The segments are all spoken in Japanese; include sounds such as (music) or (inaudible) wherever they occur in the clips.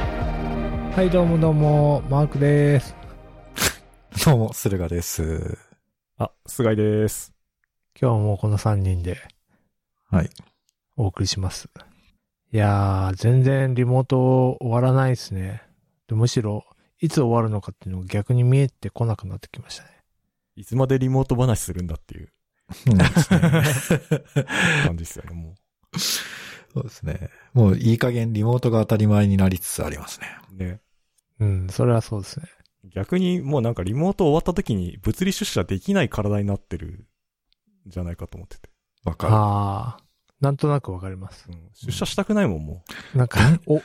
はい、どうもどうも、マークです。 (laughs) どうも、駿河です。あ、菅井です。今日もこの3人ではい。お送りします。いやー、全然リモート終わらないですね。でむしろ、いつ終わるのかっていうのが逆に見えてこなくなってきましたね。いつまでリモート話するんだっていううんですね感じですよね、もそうですね。もういい加減リモートが当たり前になりつつありますね。う。ね。うん、それはそうですね。逆にもうなんかリモート終わった時に物理出社できない体になってるんじゃないかと思ってて。わかあー、なんとなくわかります。うん、出社したくないもん、もなんか、お、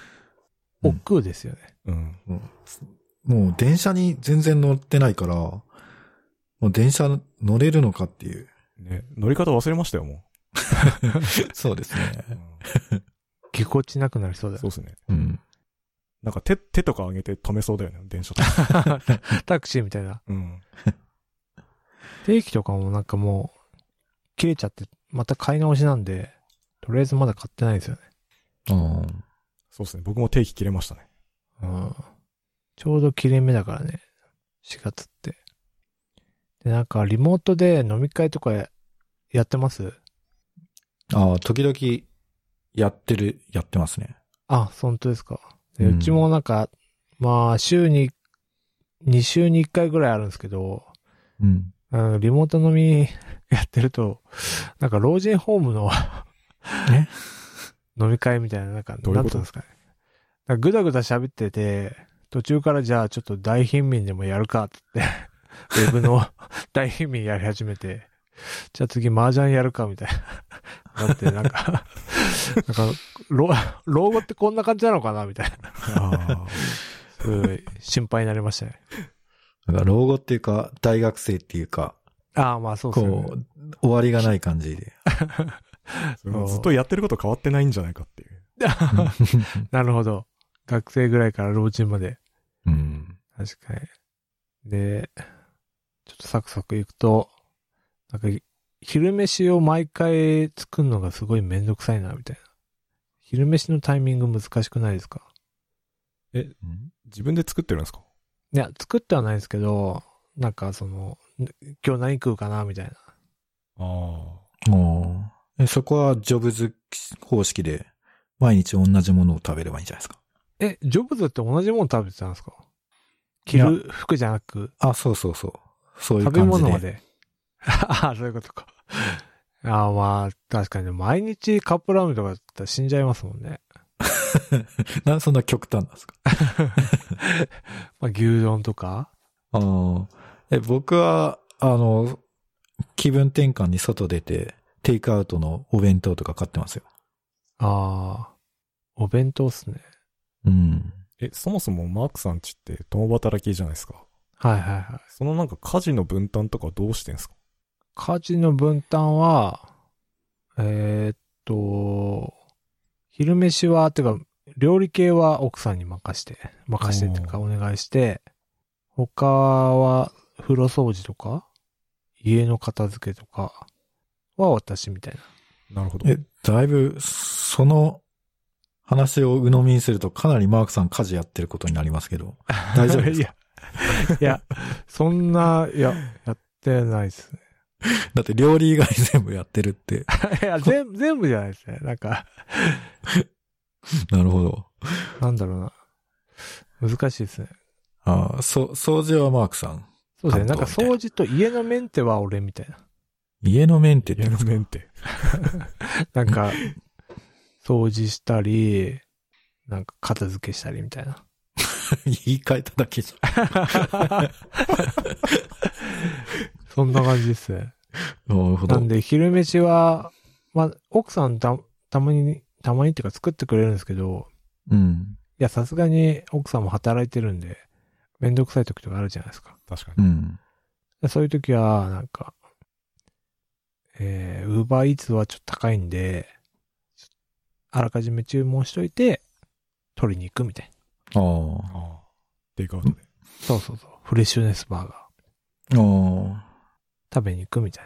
億劫ですよね。う。うん。る。うんもう電車に全然乗ってないから、もう電車乗れるのかっていう。ね。乗り方忘れましたよ、もそうですう。うね。ん、ぎこちなくなりそうだよそうですね。うん。なんか手、手とか上げて止めそうだよね、電車 (laughs) とか。タクシーみたいな。うん。定期とかもなんかもう、切れちゃって、また買い直しなんで、とりあえずまだ買ってないですよね。あそうですね。僕も定期切れましたね。うん。ちょうど切れ目だからね。4月って。で、なんか、リモートで飲み会とかややってますーあー、時々やってる、やってますね。あ、本当ですか。でうんうちもなんか、まあ、週に、2週に1回ぐらいあるんですけど、うん。うん、リモート飲み (laughs) やってると、なんか老人ホームのえ (laughs) 飲み会みたいな、なんか、どういうことなんてうんですかね。なんかぐだぐだ喋ってて、途中からじゃあちょっと大貧民でもやるかって言 (laughs) って、ウェブの大貧民やり始めて、じゃあ次麻雀やるかみたいな。なって、なんか、なんか、老、老後ってこんな感じなのかなみたいな。 (laughs) あすごい心配になりましたね。なんか老後っていうか、大学生っていうか、ああ、まあそうですねこ。う、終わりがない感じで。あ。それもずっとやってること変わってないんじゃないかっていう。なるほど。学生ぐらいから老人まで。うん。確かに。で、ちょっとサクサクいくと、なんか、昼飯を毎回作るのがすごいめんどくさいな、みたいな。昼飯のタイミング難しくないですかうん自分で作ってるんですかいや、作ってはないですけど、なんかその、ん今日何食うかな、みたいな。あああ。えそこはジョブズ方式で、毎日同じものを食べればいいんじゃないですか。え、ジョブズって同じもの食べてたんですか着いやる服じゃなく、あ、そうそうそう。そういう食べ感じ物で。まで。 (laughs) ああ、そういうことか。ああ、まあ、確かにね、毎日カップラーメンとかだったら死んじゃいますもんね。なんでそんな極端なんですかまあ、牛丼とかあーえ僕は、あの、気分転換に外出て、テイクアウトのお弁当とか買ってますよ。ああ、お弁当っすね。うん。あ。え、そもそもマークさんちって共働きじゃないですか。はいはいはい。そのなんか家事の分担とかどうしてんすか家事の分担は、えーっと、昼飯は、てか、料理系は奥さんに任して、任してっていうかお願いして、他は風呂掃除とか、家の片付けとかは私みたいな。なるほど。え、だいぶ、その話を鵜呑みにすると、かなりマークさん家事やってることになりますけ (laughs) ど、大丈夫ですかいや、いや、そんな、いや、やってないですね。だって料理以外全部やってるって。 (laughs) いや、全部、全部じゃないですね。なんか、なるほど。なんだろうな。難しいですね。ああ、そ、掃除はマークさん。そうですね。なんか担当みたいな掃除と家のメンテは俺みたいな。家のメンテって家のメンテ。なん (laughs) か、掃除したり、なんか片付けしたりみたいな。言い換えただけじ (laughs) そんな感じですね。ゃん。なるほなどん。で昼飯は、まあ、奥さんた、たまに、たまにっていうか作ってくれるんですけど、うん。いや、さすがに奥さんも働いてるんで、めんどくさい時とかあるじゃないですか。確かうに。ん。でそういう時は、なんか、えー、ウーバーイーツはちょっと高いんで、あらかじめ注文しといて、取りに行くみたいな。ああ。ああ。テイクアウトで。そうそうそう。フレッシュネスバーガー。ああ。食べに行くみたい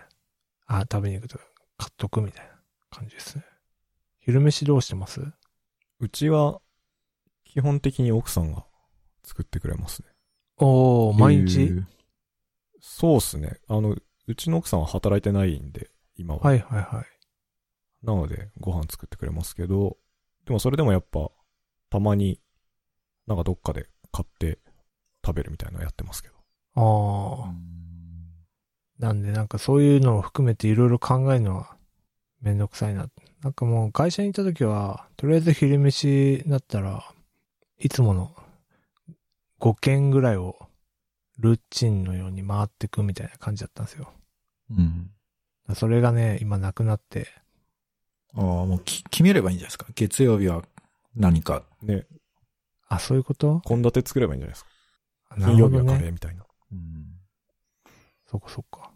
な。あ、食べに行くとか、買っとくみたいな感じですね。昼飯どうしてますうちは、基本的に奥さんが作ってくれますね。おー、毎日、えーそうっすね。あの、うちの奥さんは働いてないんで、今は。はいはいはい。なので、ご飯作ってくれますけど、でもそれでもやっぱ、たまに、なんかどっかで買って食べるみたいなのやってますけど。ああ。なんでなんかそういうのを含めていろいろ考えるのはめんどくさいな。なんかもう会社にいた時は、とりあえず昼飯だったら、いつもの5軒ぐらいをルッチンのように回ってくみたいな感じだったんですよ。うん。それがね、今なくなって、ああ、もうき決めればいいんじゃないですか。月曜日は何か。ね、あ、そういうこと献立作ればいいんじゃないですか。あな金る曜ほど日はカね。レーみたいな。そっかそっか。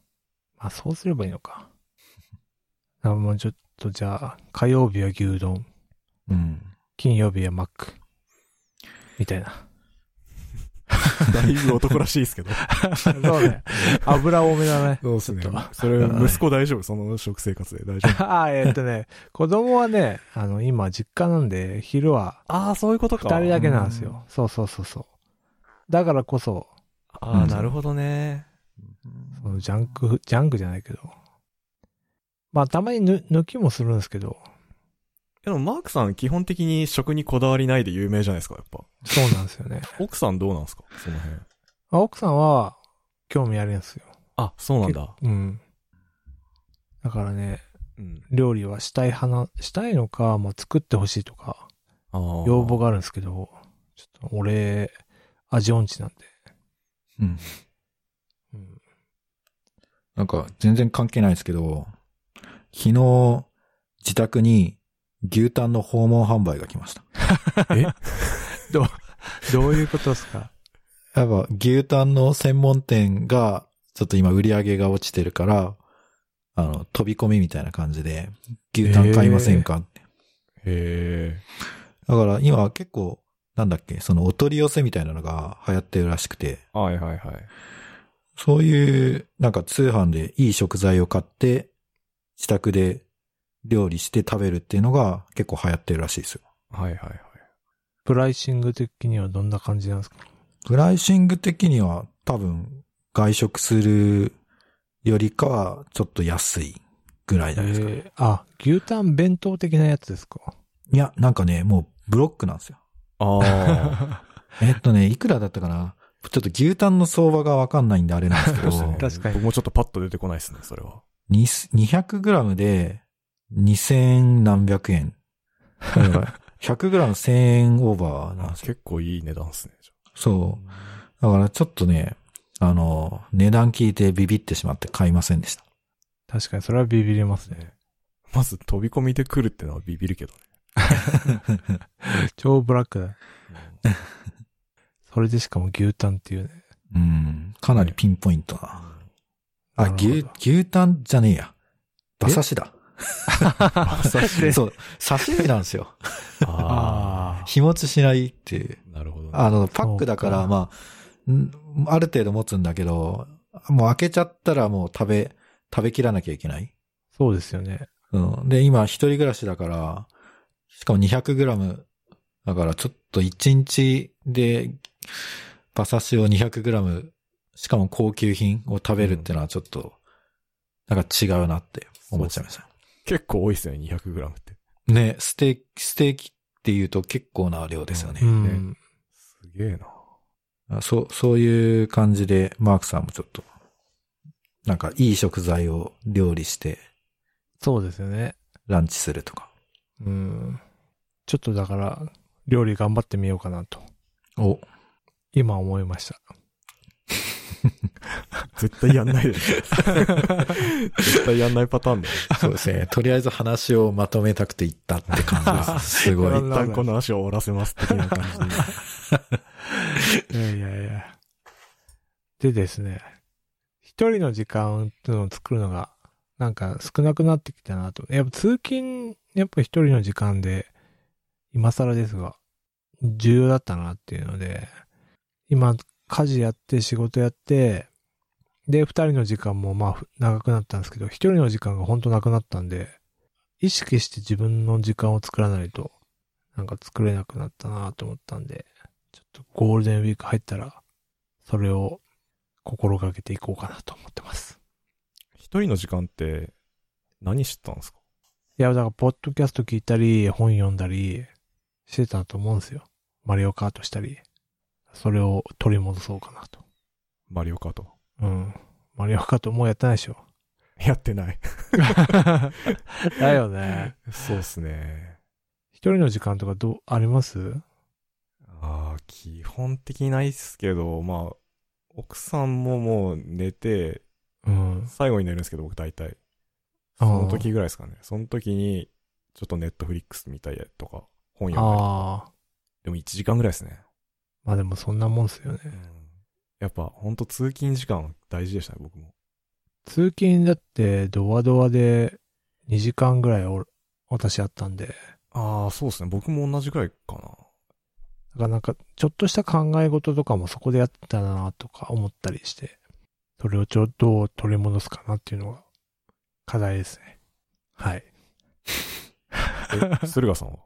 まあそうすればいいのか。あもうちょっとじゃあ、火曜日は牛丼、うん。金曜日はマック、みたいな。だいぶ男らしいですけど。そうね。油多めだね。 (laughs) そうですねちょっ。それ、息子大丈夫その食生活で大丈夫。あーえーっとね、子供はね、あの、今、実家なんで、昼はああ、そういうこと二人だけなんですうんよ。そうそうそうそう。だからこそ、あうあ、んなるほどね。そのジャンク、ジャンクじゃないけど。まあ、たまにぬ抜きもするんですけど、でも、マークさん、基本的に食にこだわりないで有名じゃないですか、やっぱ。そうなんですよ (laughs) ね。奥さんどうなんですかその辺。あ奥さんは、興味あるんですよ。あ、そうなんだ。うん。だからね、うん。料理はしたい派な、したいのか、まあ、作ってほしいとか、ああ。要望があるんですけど、ちょっと俺、味音痴なんで。うん。うん。なんか、全然関係ないですけど、昨日、自宅に牛タンの訪問販売が来ました。どういうことですか (laughs) やっぱ、牛タンの専門店が、ちょっと今売り上げが落ちてるから、あの、飛び込みみたいな感じで、牛タン買いませんかって。へえ。だから今結構、なんだっけ、そのお取り寄せみたいなのが流行ってるらしくて、はいはいはい。そういう、なんか通販でいい食材を買って、自宅で料理して食べるっていうのが結構流行ってるらしいですよ。はいはいはい。プライシング的にはどんな感じなんですかプライシング的には多分、外食するよりかはちょっと安いぐらいじゃないですか。えーあ、牛タン弁当的なやつですかいや、なんかね、もうブロックなんですよ。ああ。 (laughs) えっとね、いくらだったかなちょっと牛タンの相場がわかんないんであれなんですけど、ね (laughs) 確かに僕もちょっとパッと出てこないですね、それは。に200グラムで2000何 (laughs) 百円。100グラム1000円オーバーなんですよ。結構いい値段ですね。じそう。だからちょっとね、あの、値段聞いてビビってしまって買いませんでした。確かに、それはビビります (laughs) ゃあね。ねまず飛び込みで来るってのはビビるけどね。超ブラックだ。それでしかも牛タンっていうね。うん。かなりピンポイントうな。んあ、なるほど牛、牛タンじゃねえや。馬刺しだ。刺身 (laughs) そう。刺身なんですよ。あ日持ちしないっていう。あ。なるほどね。あの、パックだから、そうかまあ、んある程度持つんだけど、もう開けちゃったらもう食べ、食べきらなきゃいけない。そうですよね。うん。で、今一人暮らしだから、しかも200グラム。だからちょっと1日で、馬刺しを200グラム、しかも高級品を食べるってのはちょっと、なんか違うなって思っちゃいました。結構多いですね、200g って。ね、ステーキ、ステーキって言うと結構な量ですよねう。ん。すげえな。あそう、そういう感じで、マークさんもちょっと、なんかいい食材を料理してそうですよね。ランチするとか。うん。ちょっとだから、料理頑張ってみようかなと、お、今思いました。絶対やんないでしょ。 (laughs) 絶対やんないパターンだよ。そうですね。とりあえず話をまとめたくて行ったって感じです。すごい。一旦この足を終わらせます、的な感じで。いやいやいや。でですね、一人の時間っていうのを作るのが、なんか少なくなってきたなと。やっぱ通勤、やっぱ一人の時間で、今更ですが、重要だったなっていうので、今、家事やって仕事やって、で、二人の時間もまあふ長くなったんですけど、一人の時間が本当なくなったんで、意識して自分の時間を作らないと、なんか作れなくなったなと思ったんで、ちょっとゴールデンウィーク入ったら、それを心がけていこうかなと思ってます。一人の時間って、何してたんですかいや、だから、ポッドキャスト聞いたり、本読んだりしてたと思うんですよ。マリオカートしたり。それを取り戻そうかなと。マリオカート。うん。マリオカートもうやってないでしょ。やってない。だよ (laughs) ね。そうっすね。一人の時間とかどう、ありますああ、基本的にないっすけど、まあ、奥さんももう寝て、うん。最後に寝るんですけど、僕大体。その時ぐらいですかね。その時に、ちょっとネットフリックス見たりとか、本読んだり。ああ。でも1時間ぐらいですね。まあでもそんなもんっすよね。やっぱ、ほんと通勤時間大事でしたね、僕も。通勤だってドアドアで2時間ぐらいお私あったんで、ああ、そうですね。僕も同じぐらいかな。だからなんかちょっとした考え事とかもそこでやってたなとか思ったりして、それをちょっとどう取り戻すかなっていうのが課題ですね。はい。 (laughs) え、駿河さんはい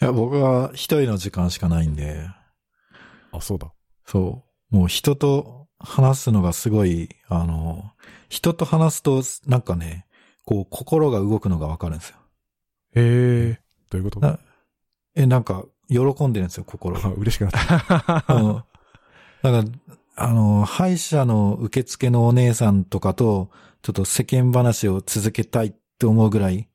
や、僕は一人の時間しかないんで、あ、そうだ。そう。もう人と話すのがすごい、あの、人と話すと、なんかね、こう、心が動くのがわかるんですよ。へどういうことなえ、なんか、喜んでるんですよ、心あ (laughs) が。嬉しくな (laughs) った。うん。なんか、あの、歯医者の受付のお姉さんとかと、ちょっと世間話を続けたいって思うぐらい、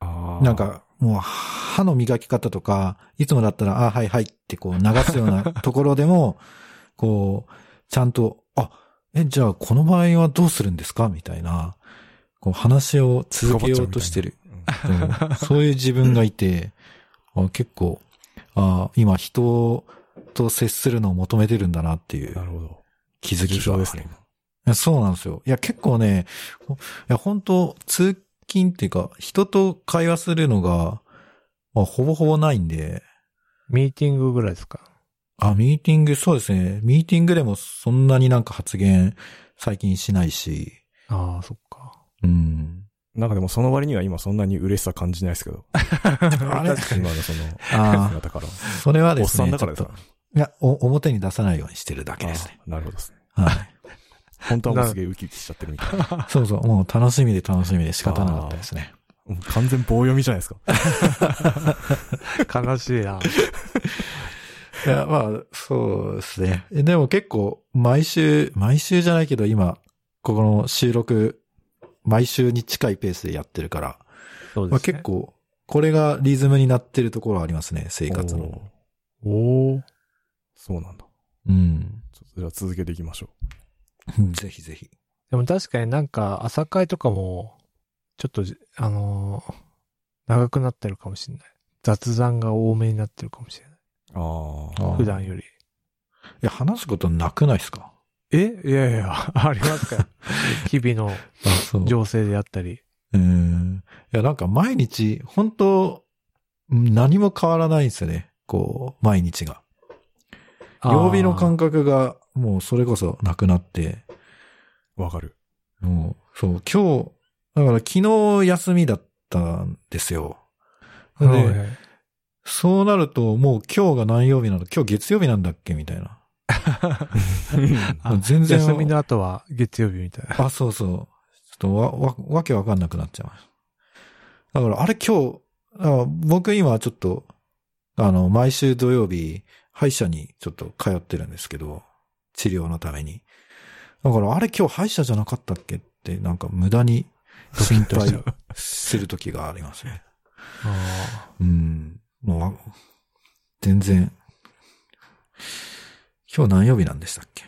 あーなん、か、もう、歯の磨き方とか、いつもだったら、あ、はいはいってこう流す (laughs) ようなところでも、こう、ちゃんと、あ、え、じゃあこの場合はどうするんですかみたいな、こう話を続けようとしてる。うんうんそういう自分がい (laughs) て、あ結構、あ今人と接するのを求めてるんだなっていなうるほど。気づき重症がですね。いやそうなんですよ。いや、結構ね、ほいや、本当通勤っていうか、人と会話するのが、まあ、ほぼほぼないんで、ミーティングぐらいですか。あ、ミーティング、そうですね。ミーティングでもそんなになんか発言最近しないし、ああ、そっか。うん。 (laughs) なんかでもその割には今そんなに嬉しさ感じないですけど。あ今れのそのあ姿からは。あ、それはおでっすさね。んだからですちかょっといやお、表に出さないようにしてるだけですね。あーなるほどですね。はい。本当はもうすげえウキウキしちゃってるみたいな。そうそう、もう楽しみで楽しみで仕方なかったですね。もう完全棒読みじゃないですか。悲しいな。いや、まあ、そうですね。えでも結構、毎週、毎週じゃないけど、今、ここの収録、毎週に近いペースでやってるから、そうでまあすね結。構、これがリズムになってるところはありますね、生生活の。 (laughs) おお。そうなんだ。うん。 (laughs) ちょっとじゃあ続けていきましょぜひぜひ。でも確かになんか朝会とかも、ちょっとじ、あのー長くなってるかもしれない。雑談が多めになってるかもしれない。う。ああ。あー普段より。いや、話すことなくないですかえいやい (laughs) や、ありますから。日々のあ、そう。情勢であったり。うん。いや、なんか毎日、本当うん何も変わらないんですよね。こう、毎日が。曜日の感覚が、もうそれこそなくなって、わかる。もう、そう、今日、だから昨日休みだったんですよ。で、覚で。そうなるともう今日が何曜日なの今日月曜日なんだっけみたいな。あもう全然。休みの後は月曜日みたいな。あ、そうそう。ちょっとわ、わ、わけわかんなくなっちゃいました。だから、あれ今日、あ僕今ちょっと、あの、毎週土曜日、歯医者にちょっと通ってるんですけど、治療のために。だから、あれ今日歯医者じゃなかったっけって、なんか無駄に心配する時がありますね。あうん。もうわ、全然、今日何曜日なんでしたっけ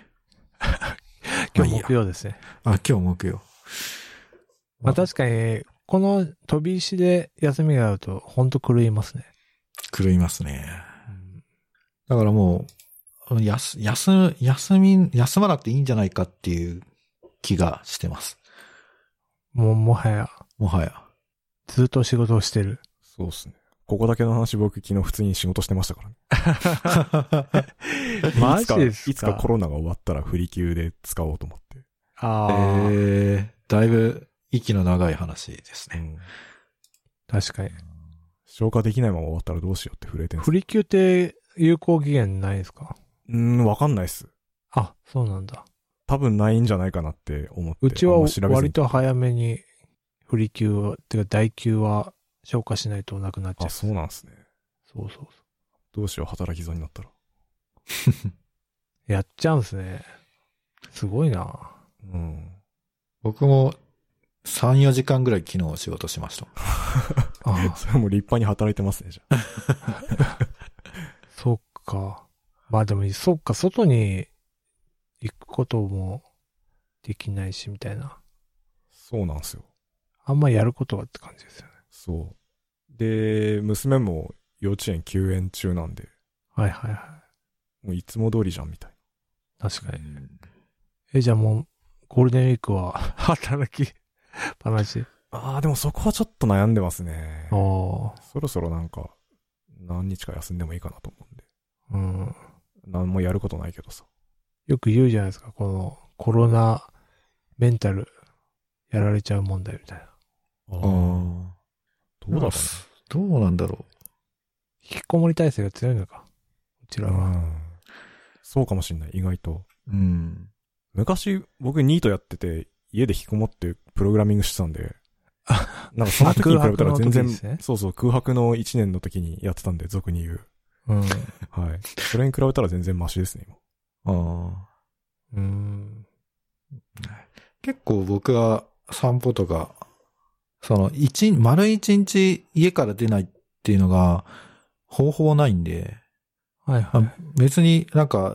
ー今まあい日いや木曜ですね。あ、今日木曜。まあ確かに、この飛び石で休みがあると、ほんと狂いますね。狂いますね。だからもう、やす、休む、休み、休まなくていいんじゃないかっていう気がしてます。もうもはや、もはや。ずっと仕事をして (laughs) る。 (laughs) そうっすね。ここだけの話僕昨日普通に仕事してましたからね。マいつジですかいつかコロナが終わったら振り級で使おうと思って。あえあ、ー、だいぶ息の長い話ですね。確かに。消化できないまま終わったらどうしようって震えてるんです振り級って有効期限ないですかうーん、わかんないっす。あ、そうなんだ。多分ないんじゃないかなって思って。うちあはんま調べず割に。と早めに、不利休は、てか大休は消化しないとなくなっちゃう。あ、そうなんですね。そうそうそどうしよう、働き損になったら。う。やっちゃうんすね。すごいな。うん。僕も3、4時間ぐらい昨日仕事しました。あ (laughs) それも立派に働いてますね、じゃあ。そっか。まあでも、そっか、外に行くこともできないし、みたいな。そうなんですよ。あんまやることはって感じですよね。そう。で、娘も幼稚園休園中なんで、はいはいはもういつも通りじゃん、みたいい。確かに。え、じゃあもう、ゴールデンウィークは働きっぱなし。な。ああー、でもそこはちょっと悩んでますね。おーそろそろなんか、何日か休んでもいいかなと思うんで。うん。何もやることないけどさ。よく言うじゃないですか、このコロナメンタルやられちゃう問題みたいな。あああどーうだろうね。どうなんだろ引きこもり体制が強いのか。こちらうは。んそうかもしんない、意外と。う。うん。昔、僕ニートやってて、家で引きこもってプログラミングしてたん (laughs) で、なんかその時に比べたあ空ら全白の時然、ですねそうそう、空白の1年の時にやってたんで、俗に言う。うん。うはい。それに比べたら全然マシですね、今。ああ。ーん。結構僕は散歩とか、その一日、丸一日家から出ないっていうのが方法ないんで、はいあはい。別になんか、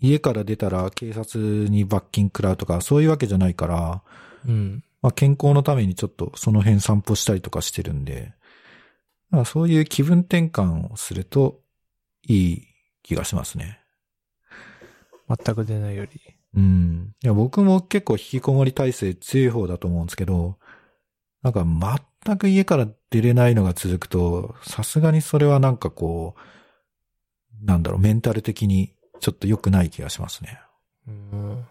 家から出たら警察に罰金食らうとか、そういうわけじゃないから、うん。まあ、健康のためにちょっとその辺散歩したりとかしてるんで、まあ、そういう気分転換をするといい気がしますね。全く出ないより。うん。いや、僕も結構引きこもり体制強い方だと思うんですけど、なんか全く家から出れないのが続くと、さすがにそれはなんかこう、なんだろう、メンタル的にちょっと良くない気がしますね。うん。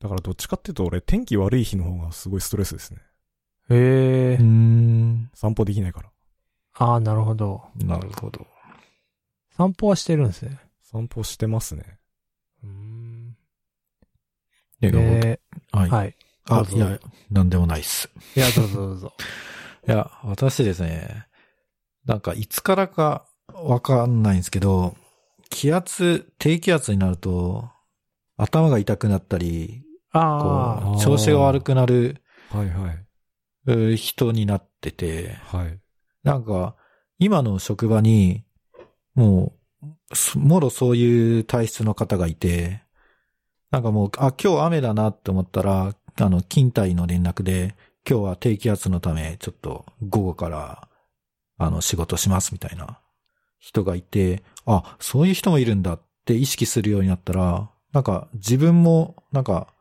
だからどっちかっていうと俺、天気悪い日の方がすごいストレスですね。へえうー。ん。散歩できないから。ああ、なるほど。なるほど。散歩はしてるんですね。散歩してますね。うーん。いや僕えはー、い。はい。どうあ、ぞいや、なんでもないっす。いや、どうぞどうぞ。いや、私ですね、なんかいつからかわかんないんですけど、気圧、低気圧になると、頭が痛くなったり、ああ。こう、調子が悪くなるはいはい。う人になってて、はい。なんか、今の職場に、もう、そもろそういう体質の方がいて、なんかもう、あ、今日雨だなって思ったら、あの、勤怠の連絡で、今日は低気圧のため、ちょっと午後から、あの、仕事しますみたいな人がいて、あ、そういう人もいるんだって意識するようになったら、なんか自分も、なんか、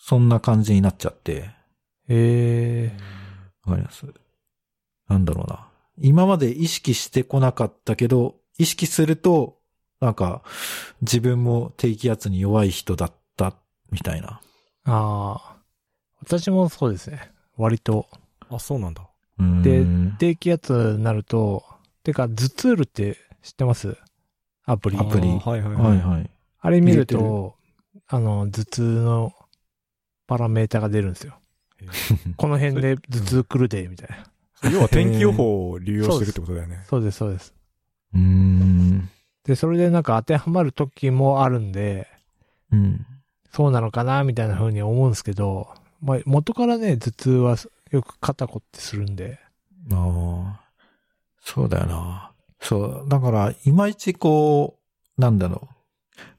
そんな感じになっちゃって、ええ。わかります。なんだろうな。今まで意識してこなかったけど、意識すると、なんか、自分も低気圧に弱い人だった、みたいな。ああ。私もそうですね。割と。あ、そうなんだ。でうん低気圧になると、てか、ズツールって知ってますアプリ。アプリあーはいはいははいい。はい。あれ見る入と、あの、頭痛のパラメータが出るんですよ。え (laughs) この辺で頭痛来るで、みたいな。ー要は天気予報を利用してるってことだよね。そうです、そうです。うん。で、それでなんか当てはまる時もあるんで、うん。そうなのかな、みたいな風に思うんですけど、まあ、元からね、頭痛はよく肩こってするんで、ああ。そうだよな。そう。だから、いまいちこう、なんだろう。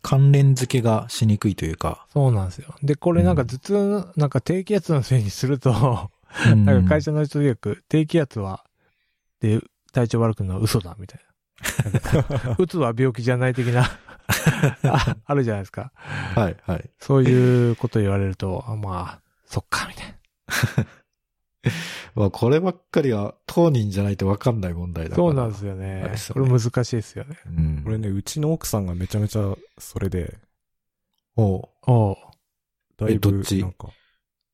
関連付けがしにくいというか。そうなんですよ。で、これなんか頭痛の、なんか低気圧のせいにすると、なんか会社の人よく、低気圧は、で、体調悪くなるのは嘘だ、みたい (laughs) な。うつは病気じゃない的なあ、あるじゃないですか。うん。はい、はい。そういうこと言われると、あまあ、そっか、みたいまあ、こればっかりは当人じゃないとわかんない問題な。だから。そうなんですよあれねで。すこよねれ難しいですよね。うん。俺ね、うちの奥さんがめちゃめちゃそれで、おうおうだいえどぶっちなんか、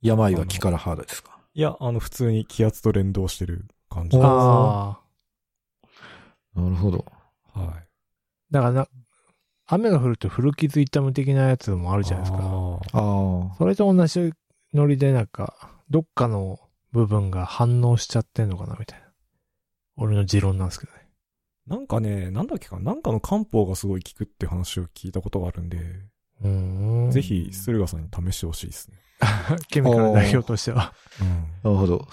病は気から派ですかいや、あの、普通に気圧と連動してる感じ。おはああ。なるほど。い。だからな、雨が降ると古傷痛む的なやつもあるじゃないですか。あああ。それと同じノリでなんか、どっかの部分が反応しちゃってんのかなみたいな。俺の持論なんですけどね。ーなんかね、なんだっけかな、なんかの漢方がすごい効くって話を聞いたことがあるんで、うーん。ぜひ、駿河さんに試してほしいですね。ケミカル代表としては。うん。なるほど。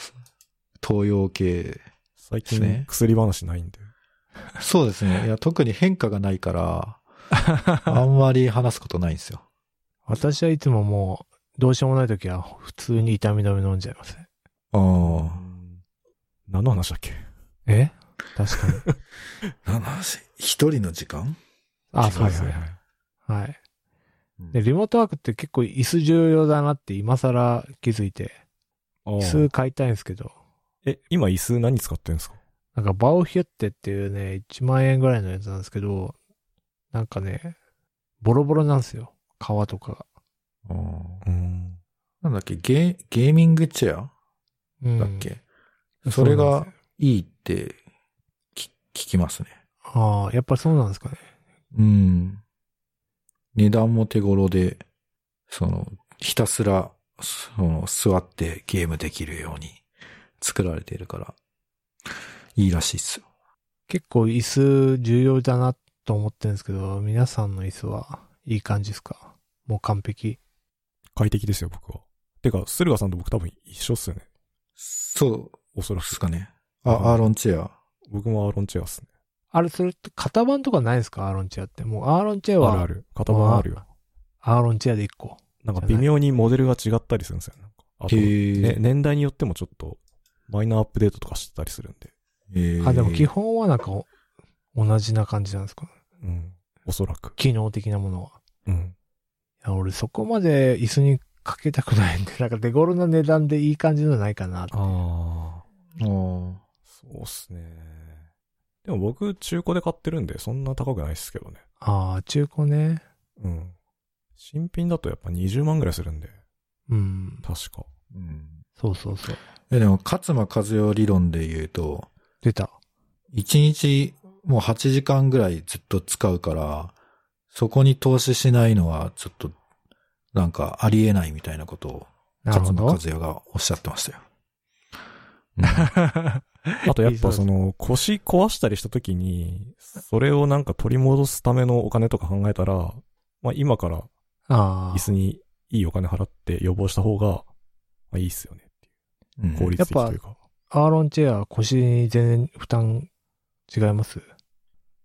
東洋系。最ですね近、薬話ないんで。そうですね。いや、特に変化がない (laughs) から、あんまり話すことないんですよ。私はいつももう、どうしようもない時は普通に痛み止め飲んじゃいますね。あ何の話だっけえ確かに。あ。なん一人の時間 (laughs) あ、そうですはいね。はいはいはい。で、リモートワークって結構椅子重要だなって今更気づいて、あ椅ー子買いたいんですけど、え、今椅子何使ってるんですかなんかバオヒュッテっていうね、1万円ぐらいのやつなんですけど、なんかね、ボロボロなんですよ。革とかが。うん。なんだっけゲー、ゲーミングチェアうんだっけ、それそうなんがですいいってき聞きますね。ああ、やっぱりそうなんですかね。うん。値段も手頃で、その、ひたすら、その、座ってゲームできるように作られているから、いいらしいっすよ。結構椅子重要だなと思ってるんですけど、皆さんの椅子はいい感じですかもう完璧。快適ですよ、僕は。てか、駿河さんと僕多分一緒っすよね。そうおそらでくす。かね。うんあ、アーロンチェア。僕もアーロンチェアっすね。あれ、それって型番とかないんですかアーロンチェアって。もうアーロンチェアあるあはる。型番あるよ。アーロンチェアで1個。なんか微妙にモデルが違ったりするんですよ。なんかあと、ね、へえ。年代によってもちょっと、マイナーアップデートとかしてたりするんで。へーあ、でも基本はなんかお同じな感じなんですかうん。おそらく。機能的なものは。うん。いや、俺そこまで椅子にかけたくないんで、なんか手頃な値段でいい感じのないかなって。ああ。あーそうっすね。でも僕、中古で買ってるんで、そんな高くないっすけどね。ああ、中古ね。うん。新品だとやっぱ20万ぐらいするんで、うん。確か。うん。そうそうそう。え、でも、勝間和代理論で言うと、出た。 1日もう8時間ぐらいずっと使うから、そこに投資しないのはちょっと、なんかありえないみたいなことを、なるほ勝間和ど。代がおっしゃってましたよ。あとやっいいそうぱです (laughs) その腰壊したりした時に、それをなんか取り戻すためのお金とか考えたら、まあ今からああ椅。子にいいお金払って予防した方が、まあいいっすよねってうんいう。効率的というか。アーロンチェア腰に全然負担違いますい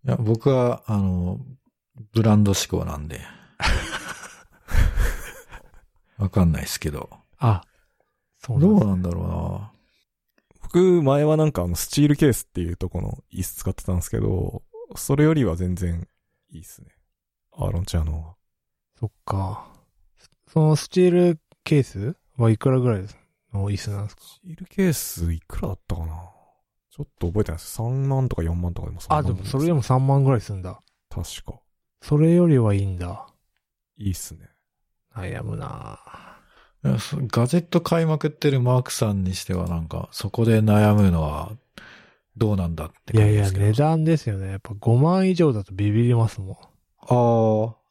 や僕は、あの、ブランド志向なん (laughs) で。わかんないですけど。あ、そうなどんうですなんだろうな。僕前はなんかあのスチールケースっていうとこの椅子使ってたんですけど、それよりは全然いいっすね。アーロンチェアのそ方が。っか。そのスチールケースはいくらぐらいの椅子なんですかスチールケースいくらだったかなちょっと覚えてないです。3万とか4万とかでも3万あ、でもそれでも。も3万ぐらいするんだ。確か。それよりはいいんだ。いいっすね。悩むなぁいやそガジェット買いまくってるマークさんにしてはなんか、そこで悩むのはどうなんだっていやい感じでや、すけど。値段ですよね。やっぱ5万以上だとビビりますもん。ああ、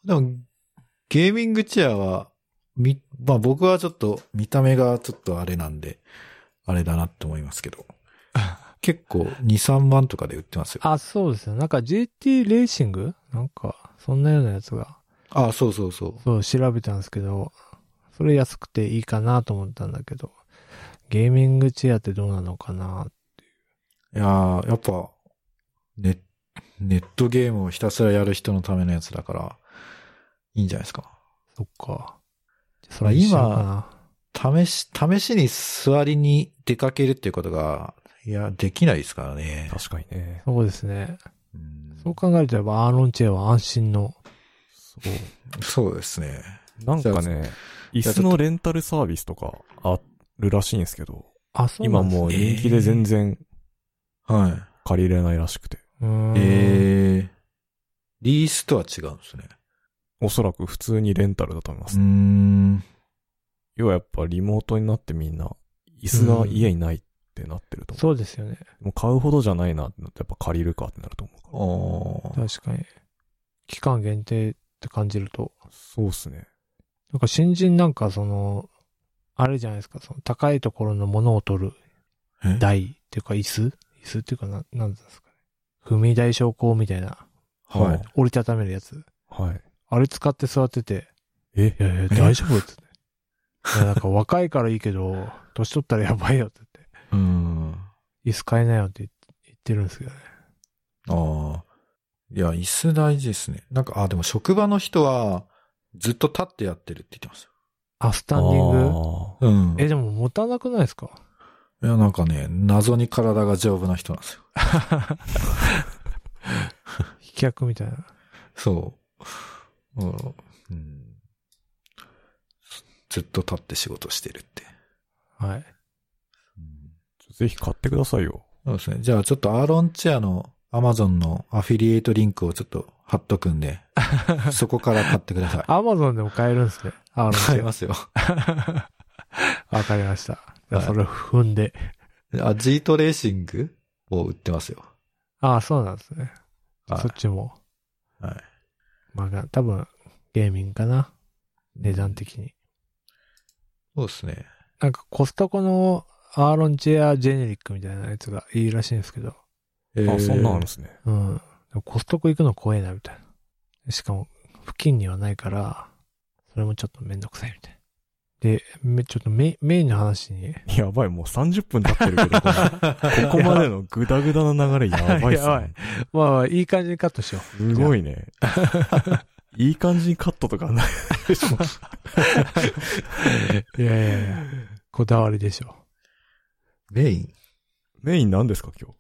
でも、ゲーミングチェアは、み、まあ僕はちょっと見た目がちょっとあれなんで、あれだなって思いますけ (laughs) ど。結構2、3万とかで売ってますよ。ああ、そうですね。なんか GT レーシングなんか、そんなようなやつが、あ、そうそうそう。そう調べたんですけど、それ安くていいかなと思ったんだけど、ゲーミングチェアってどうなのかないやーやっぱ、ネ、ネットゲームをひたすらやる人のためのやつだから、いいんじゃないですか。そっか。それ今かな。試し、試しに座りに出かけるっていうことが、いや、できないですからね。確かに (laughs) ね。そうですね。うんそう考えるとやっぱアーロンチェアは安心の。そう。そうですね。なんかね、椅じゃあ子のレンタルサービスとかあるらしいんですけど、あ、そうな今んですもうね人気で全然はい。借りれないらしくて、うーんえー、リースとは違うんですね。おそらく普通にレンタルだと思いまうす。ーん。要はやっぱリモートになってみんな、椅子が家にないってなってると思そうですよね。う。もう買うほどじゃないなってなって、やっぱ借りるかってなると思うから。おー確かに。期間限定って感じると、そうっすね。なんか新人なんかその、あれじゃないですか、その高いところのものを取るえ台っていうか椅子椅子っていうかな、なんですかね。踏み台昇降みたいな、はい。折りたためるやつ。はい。あれ使って座ってて、えいやいや、大丈夫っつって。いやなんか若いからいいけど、年取ったらやばいよって言っうん。て、椅子買えないよって言ってるんですけどね。ああ。いや、椅子大事ですね。なんか、あ、でも職場の人は、ずっと立ってやってるって言ってましあ、スタンディングあた。うん。え、でも持たなくないですかいや、なんかね、謎に体が丈夫な人なんですよ。飛脚みたいな。そう。うん、ずっと立って仕事してるって。はい。ーぜひ買ってくださいよ。そうですね。じゃあちょっとアーロンチェアの Amazon のアフィリエイトリンクをちょっと貼っとくんで、そこから買ってください。アマゾンでも買えるんですね。あ、買いますよ。わかりました。じゃあはいそれを踏んで。あ、ジートレーシングを売ってますよ。ああ、そうなんですね。はいそっちも。はい。まあ、多分、ゲーミングかな。値段。的に。そうですね。なんか、コストコのアーロンチェアジェネリックみたいなやつがいいらしいんですけど。えーあ、そんなんあるんですね。うん。でもコストコ行くの怖いな、みたいな。しかも、付近にはないから、それもちょっとめんどくさい、みたいな。で、めちょっとメインメインの話に、やばい、もう30分経ってるけど、このここまでのグダグダの流れやばいっ (laughs) すやばいね。 (laughs) まあまあ、いい感じにカットしよすごい (laughs) ね。いい感じにカットとかないでしょ。う。いやいやいや、こだわりでしょ。 (laughs) メインメインなんですか、今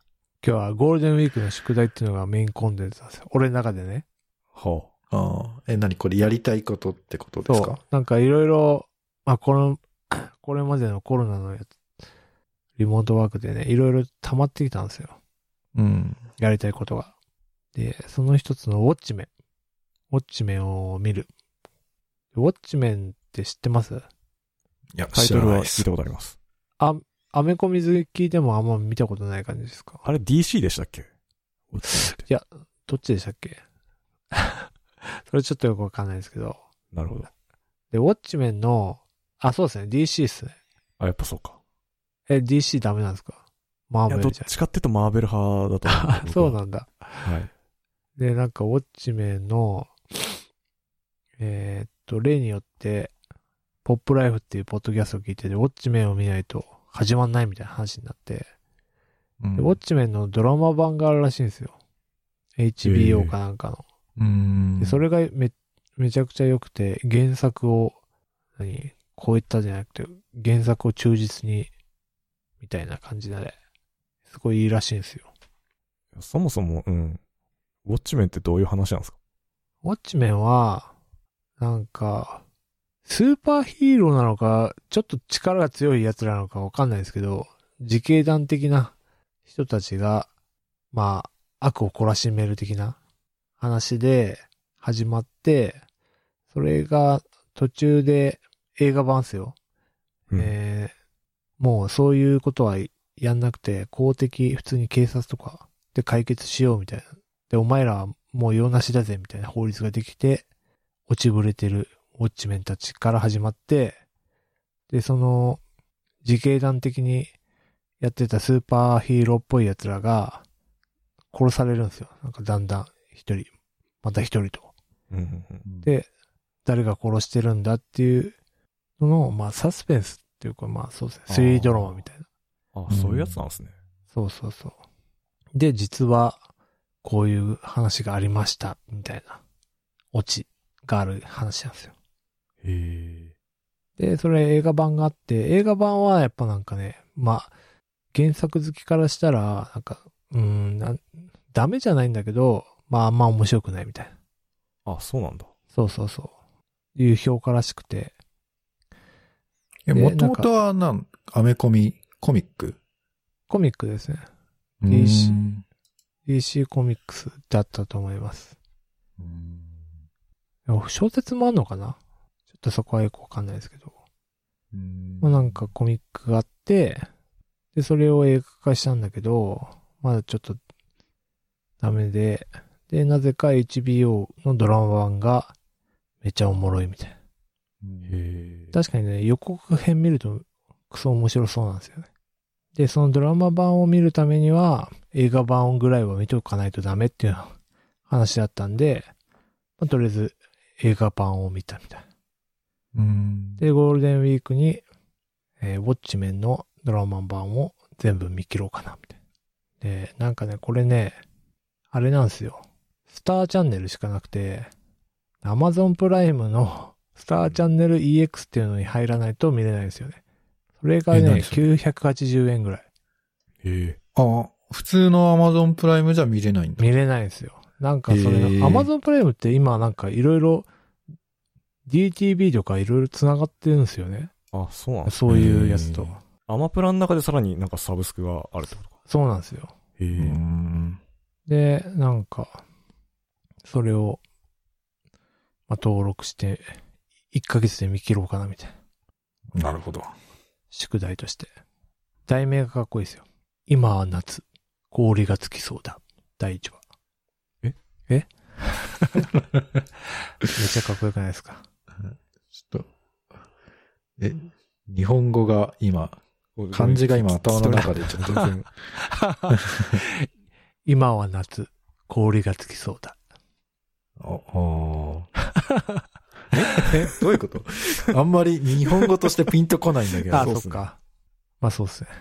今日はゴールデンウィークの宿題っていうのがメインコンテンツなんですよ。俺の中でね。日。はああ。え、何これやりたいことってことですそうか。なんかいろいろ、まあこの、 (coughs) これまでのコロナのやつ、リモートワークでね、いろいろ溜まってきたんですよ。うん。やりたいことが。で、その一つのウォッチメン。ウォッチメンを見る。ウォッチメンって知ってますいや、タイトルは聞知いたことあります。あ、アメコミ好きでもあんま見たことない感じですかあれ DC でしたっけいや、どっちでしたっけ (laughs) それちょっとよくわかんないですけど。なるほど。で、ウォッチメンの、あ、そうですね、DC ですね。あ、やっぱそうか。え、DC ダメなんですかマいーや、ベどルっじゃん。ちかっていうとマーベル派だと思あ、そうのなんだ。はい。で、なんか、ウォッチメンの、えーっと、例によって、ポップライフっていうポッドキャストを聞いてて、ウォッチメンを見ないと始まんないみたいな話になって、うんでウォッチメンのドラマ版があるらしいんですよ。HBO かなんかの。うんでそれがめ、めちゃくちゃ良くて、原作を、何こういったじゃなくて、原作を忠実に、みたいな感じで、すごいいいらしいんですよ。そもそも、うん。ウォッチメンってどういう話なんですかウォッチメンは、なんか、スーパーヒーローなのか、ちょっと力が強い奴らなのかわかんないですけど、自警団的な人たちが、まあ、悪を懲らしめる的な話で始まって、それが途中で映画版っすよ。うんえーもうそういうことはやんなくて、公的、普通に警察とかで解決しようみたいな。で、お前らはもう用なしだぜみたいな法律ができて、落ちぶれてるウォッチメンたちから始まって、で、その、自警団的にやってたスーパーヒーローっぽい奴らが殺されるんですよ。なんかだんだん一人、また一人と。うんうんうん。で、誰が殺してるんだっていうのの、まあ、サスペンスっていうか、まあ、そうですね。あー推理ドラマみたいな。あ、そういうやつなんですね。そうそうそう。で、実は、こういう話がありました、みたいな、オチがある話なんですよ。へで、それ映画版があって、映画版はやっぱなんかね、まあ、原作好きからしたら、なんか、うーんなん、ダメじゃないんだけど、まあ、あんま面白くないみたいな。ーあ、そうなんだ。そうそうそう。いう評価らしくて、でえ、もともとはなん、アメコミ、コミックコミックですね。ういいしん DC コミックスだったと思います。うんでも小説もあるのかなちょっとそこはよくわかんないですけど。うんまあ、なんかコミックがあって、で、それを映画化したんだけど、まだちょっとダメで、で、なぜか HBO のドラマ版がめちゃおもろいみたいな。へ確かにね、予告編見るとクソ面白そうなんですよね。で、そのドラマ版を見るためには映画版ぐらいは見ておかないとダメっていう話だったんで、まあとりあえず映画版を見たみたいな。うん。で、ゴールデンウィークに、えーウォッチメンのドラマ版を全部見切ろうかな、みたいな。で、なんかね、これね、あれなんですよ。スターチャンネルしかなくて、Amazon プライムの (laughs) スターチャンネル EX っていうのに入らないと見れないんですよね。それがえね、何そ980円ぐらい。え。あ、普通の Amazon プライムじゃ見れないんだ。見れないんですよ。なんかそれが、へー Amazon プライムって今なんかいろいろ DTV とかいろいろ繋がってるんですよね。あ、そうなんですそういうやつへとー。アマプラの中でさらになんかサブスクがあるってことか。そうなんですよ。へうえ。ん。で、なんか、それを、まあ、登録して、1ヶ月で見切ろうかな、みたいな。なるほど。宿題として。題名がかっこいいですよ。今は夏。氷がつきそうだ。第1話。ええ (laughs) めっちゃかっこよくないですか。 (laughs) ちょっと。え、日本語が今、漢字が今頭の (laughs) 中でちょっと全然。今は夏。氷がつきそうだ。お、お (laughs) ええどういうことあんまり日本語としてピンとこないんだけど。あ、そうっそすっねか。まあそうっすね。チ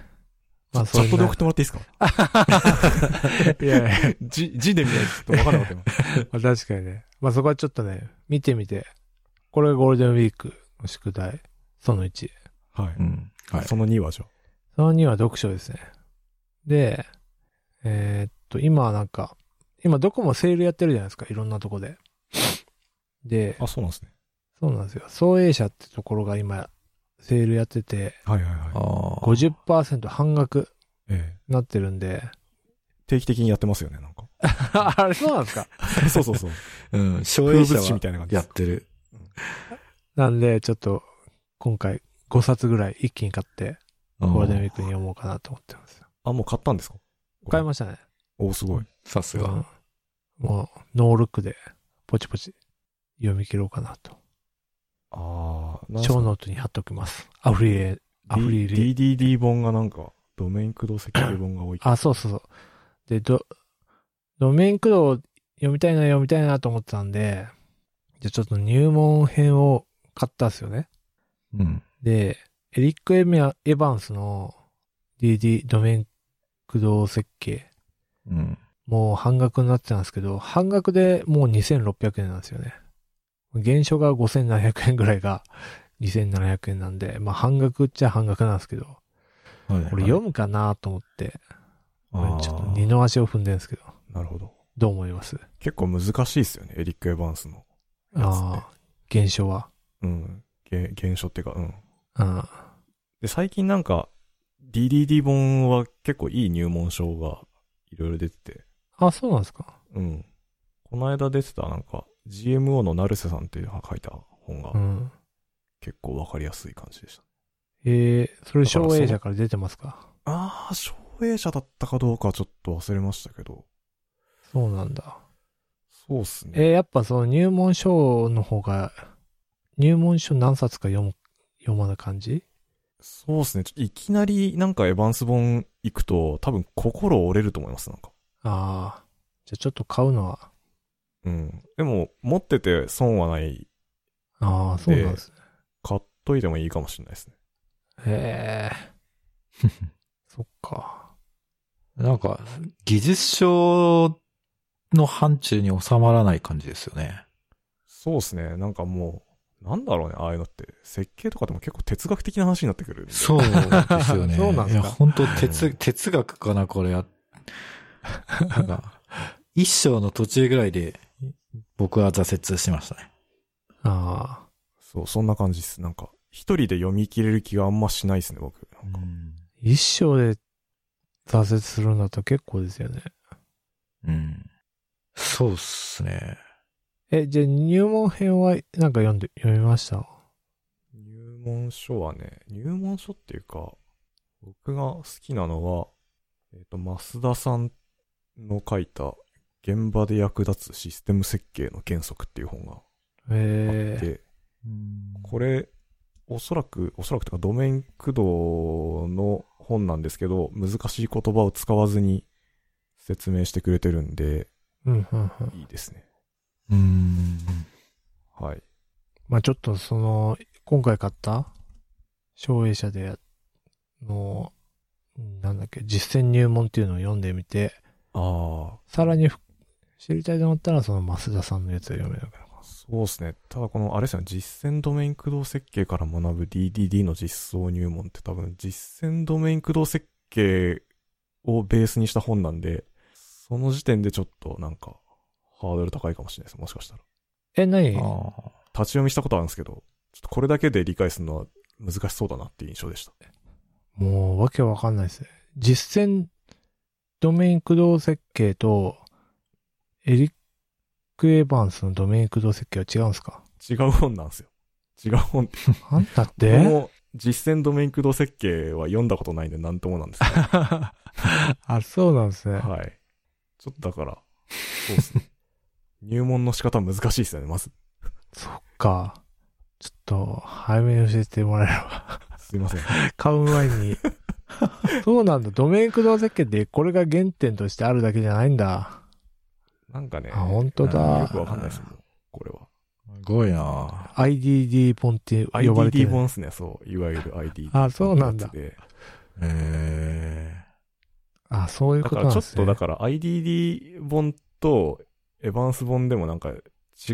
まあそャんッなトで送ってもらっていいですかいやいや (laughs) 字、字で見ないと分からなかった今。まあ確かにね。まあそこはちょっとね、見てみて。これがゴールデンウィークの宿題。その1。はうい。ん。はい。その2はじゃその2は読書ですね。で、えーっと、今はなんか、今どこもセールやってるじゃないですか。いろんなとこで。であ。、あ、そうなんですね。そうなんですよ。創営者ってところが今、セールやってて、はいはいはい。あー50%半額ええ。になってるんで。定期的にやってますよね、なんか。 (laughs) あれそうなんですかそうそうそう。うん。省風エ者物詩みはたいな感じでやすっ。てる。なんで、ちょっと、今回5冊ぐらい一気に買って、ゴールデンウィークに読もうかなと思ってます。あ、もう買ったんですか買いましたね。おお、すごい。さすうんが。もう、ノールックで、ポチポチ、読み切ろうかなと。ああ、ショーノートに貼っておきます。アフリエ、アフリエ。 D- DDD 本がなんか、ドメイン駆動設計本 (coughs) が多い。あ、そうそうそう。で、ド、ドメイン駆動読みたいな、読みたいなと思ってたんで、じゃあちょっと入門編を買ったんですよね。うん。で、エリック・エミアエヴァンスの DD、ドメイン駆動設計、うん。もう半額になってたんですけど、半額でもう2600円なんですよね。減少が5700円ぐらいが2700円なんで、まあ半額っちゃ半額なんですけど、はいはいこれ読むかなと思って、あーちょっと二の足を踏んでるんですけど、なるほど。どう思います結構難しいですよね、エリック・エヴァンスの。やつってああ、減少は。うん。げ現象っていうか、うん。うん。で、最近なんか、DDD 本は結構いい入門書がいろいろ出てて、あ、そうなんですか。うん。この間出てたなんか、GMO の成瀬さんっていうのが書いた本がうん。結構わかりやすい感じでした。えー、それ、だからその省営者から出てますかああ、照英者だったかどうかはちょっと忘れましたけど、そうなんだ。そうっすね。えー、やっぱその入門書の方が、入門書何冊か読む、読まない感じそうっすね。ちょっといきなりなんかエヴァンス本行くと多分心折れると思います、なんか。ああ。じゃあちょっと買うのは、うん。でも、持ってて損はない、ああ、そうなんですね。買っといてもいいかもしれないですね。へえ。そっか。なんか、技術書の範疇に収まらない感じですよね。そうっすね。なんかもう、なんだろうね、ああいうのって。設計とかでも結構哲学的な話になってくるんで。そうですよね。そうなんいすかや、本当哲、哲学かな、これは。なんか、一章の途中ぐらいで、僕は挫折しましたね。ああ。そう、そんな感じです。なんか、一人で読み切れる気があんましないですね、僕。なんか一生で挫折するんだったら結構ですよね。うん。そうっすね。え、じゃあ入門編はなんか読んで、読みました入門書はね、入門書っていうか、僕が好きなのは、えっ、と、増田さんの書いた、現場で役立つシステム設計の原則っていう本があって、えこれ、おそらく、おそらくというか、ドメイン駆動の本なんですけど、難しい言葉を使わずに説明してくれてるんで、ー、うん、うん、うん。いいですね。うん。はい。まあちょっとその、今回買った、省営者で、の、なんだっけ、実践入門っていうのを読んでみて、あさらにふ知りたいと思ったら、その増田さんのやつを読めなくなる。あ、そうですね。ただこの、あれですよね、実践ドメイン駆動設計から学ぶ DDD の実装入門って多分、実践ドメイン駆動設計をベースにした本なんで、その時点でちょっとなんか、ハードル高いかもしれないです。もしかしたら。え、何ああ。立ち読みしたことあるんですけど、ちょっとこれだけで理解するのは難しそうだなっていう印象でした。もう、わけわかんないですね。実践、ドメイン駆動設計と、エリック・エヴァンスのドメイン駆動設計は違うんですか違う本なんですよ。違う本って。あんたっこての実践ドメイン駆動設計は読んだことないんで何ともなんですけあ、そうなんですね。ど。はい。ちょっとだから、そうですね。 (laughs) 入門の仕方難しいですよね、まず。そっか。ちょっと、早めに教えてもらえれ (laughs) ば。すいません。買う前に。 (laughs) そうなんだ。ドメイン駆動設計ってこれが原点としてあるだけじゃないんだ。なんかね。あ本当だうんよくわかんないですもん、これは。すごいな IDD 本って呼ばれて IDD る。本ですね、そう。いわゆる IDD あそうなんだってやつでえあ、そういうだこかとらなんちょでっすね。とだから IDD 本とエヴァンス本でもなんか違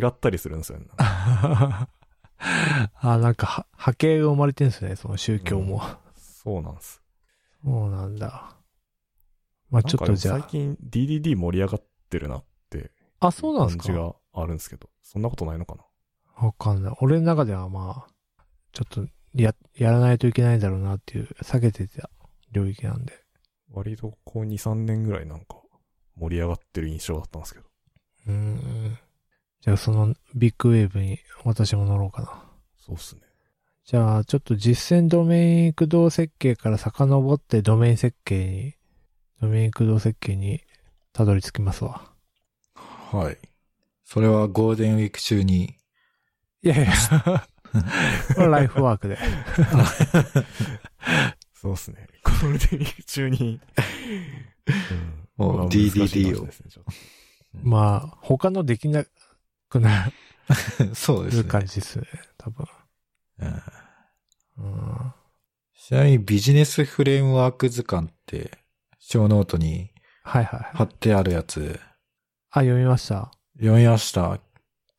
ったりするんですよね。あ、なんかは、波形が生まれてるんですね。その宗教も。そうなんです。そうなんだ。まあちょっとじゃなんあか。最近 DDD 盛り上がってるなってあ、そうなんです感じかがあるんですけど、そんなことないのかなわかんない。俺の中ではまあ、ちょっとや、やらないといけないだろうなっていう、避けてた領域なんで。割とこう2、3年ぐらいなんか盛り上がってる印象だったんですけど。うーん。じゃあそのビッグウェーブに私も乗ろうかな。そうっすね。じゃあ、ちょっと実践ドメイン駆動設計から遡ってドメイン設計に、ドメイン駆動設計にたどり着きますわ。ーはい。それはゴールデンウィーク中に。いやい (laughs) や、これライフワークで。そうっすね。ゴールデンウィーク (laughs) 中に、うんもうまあ DDD 難しい話ですねちょっとまあ、他のできなくな (laughs) そうでするね。感じですね、多分。うんうん。ちなみにビジネスフレームワーク図鑑って、小ノートにはいはい。貼ってあるやつ、あ、読みました。読みました。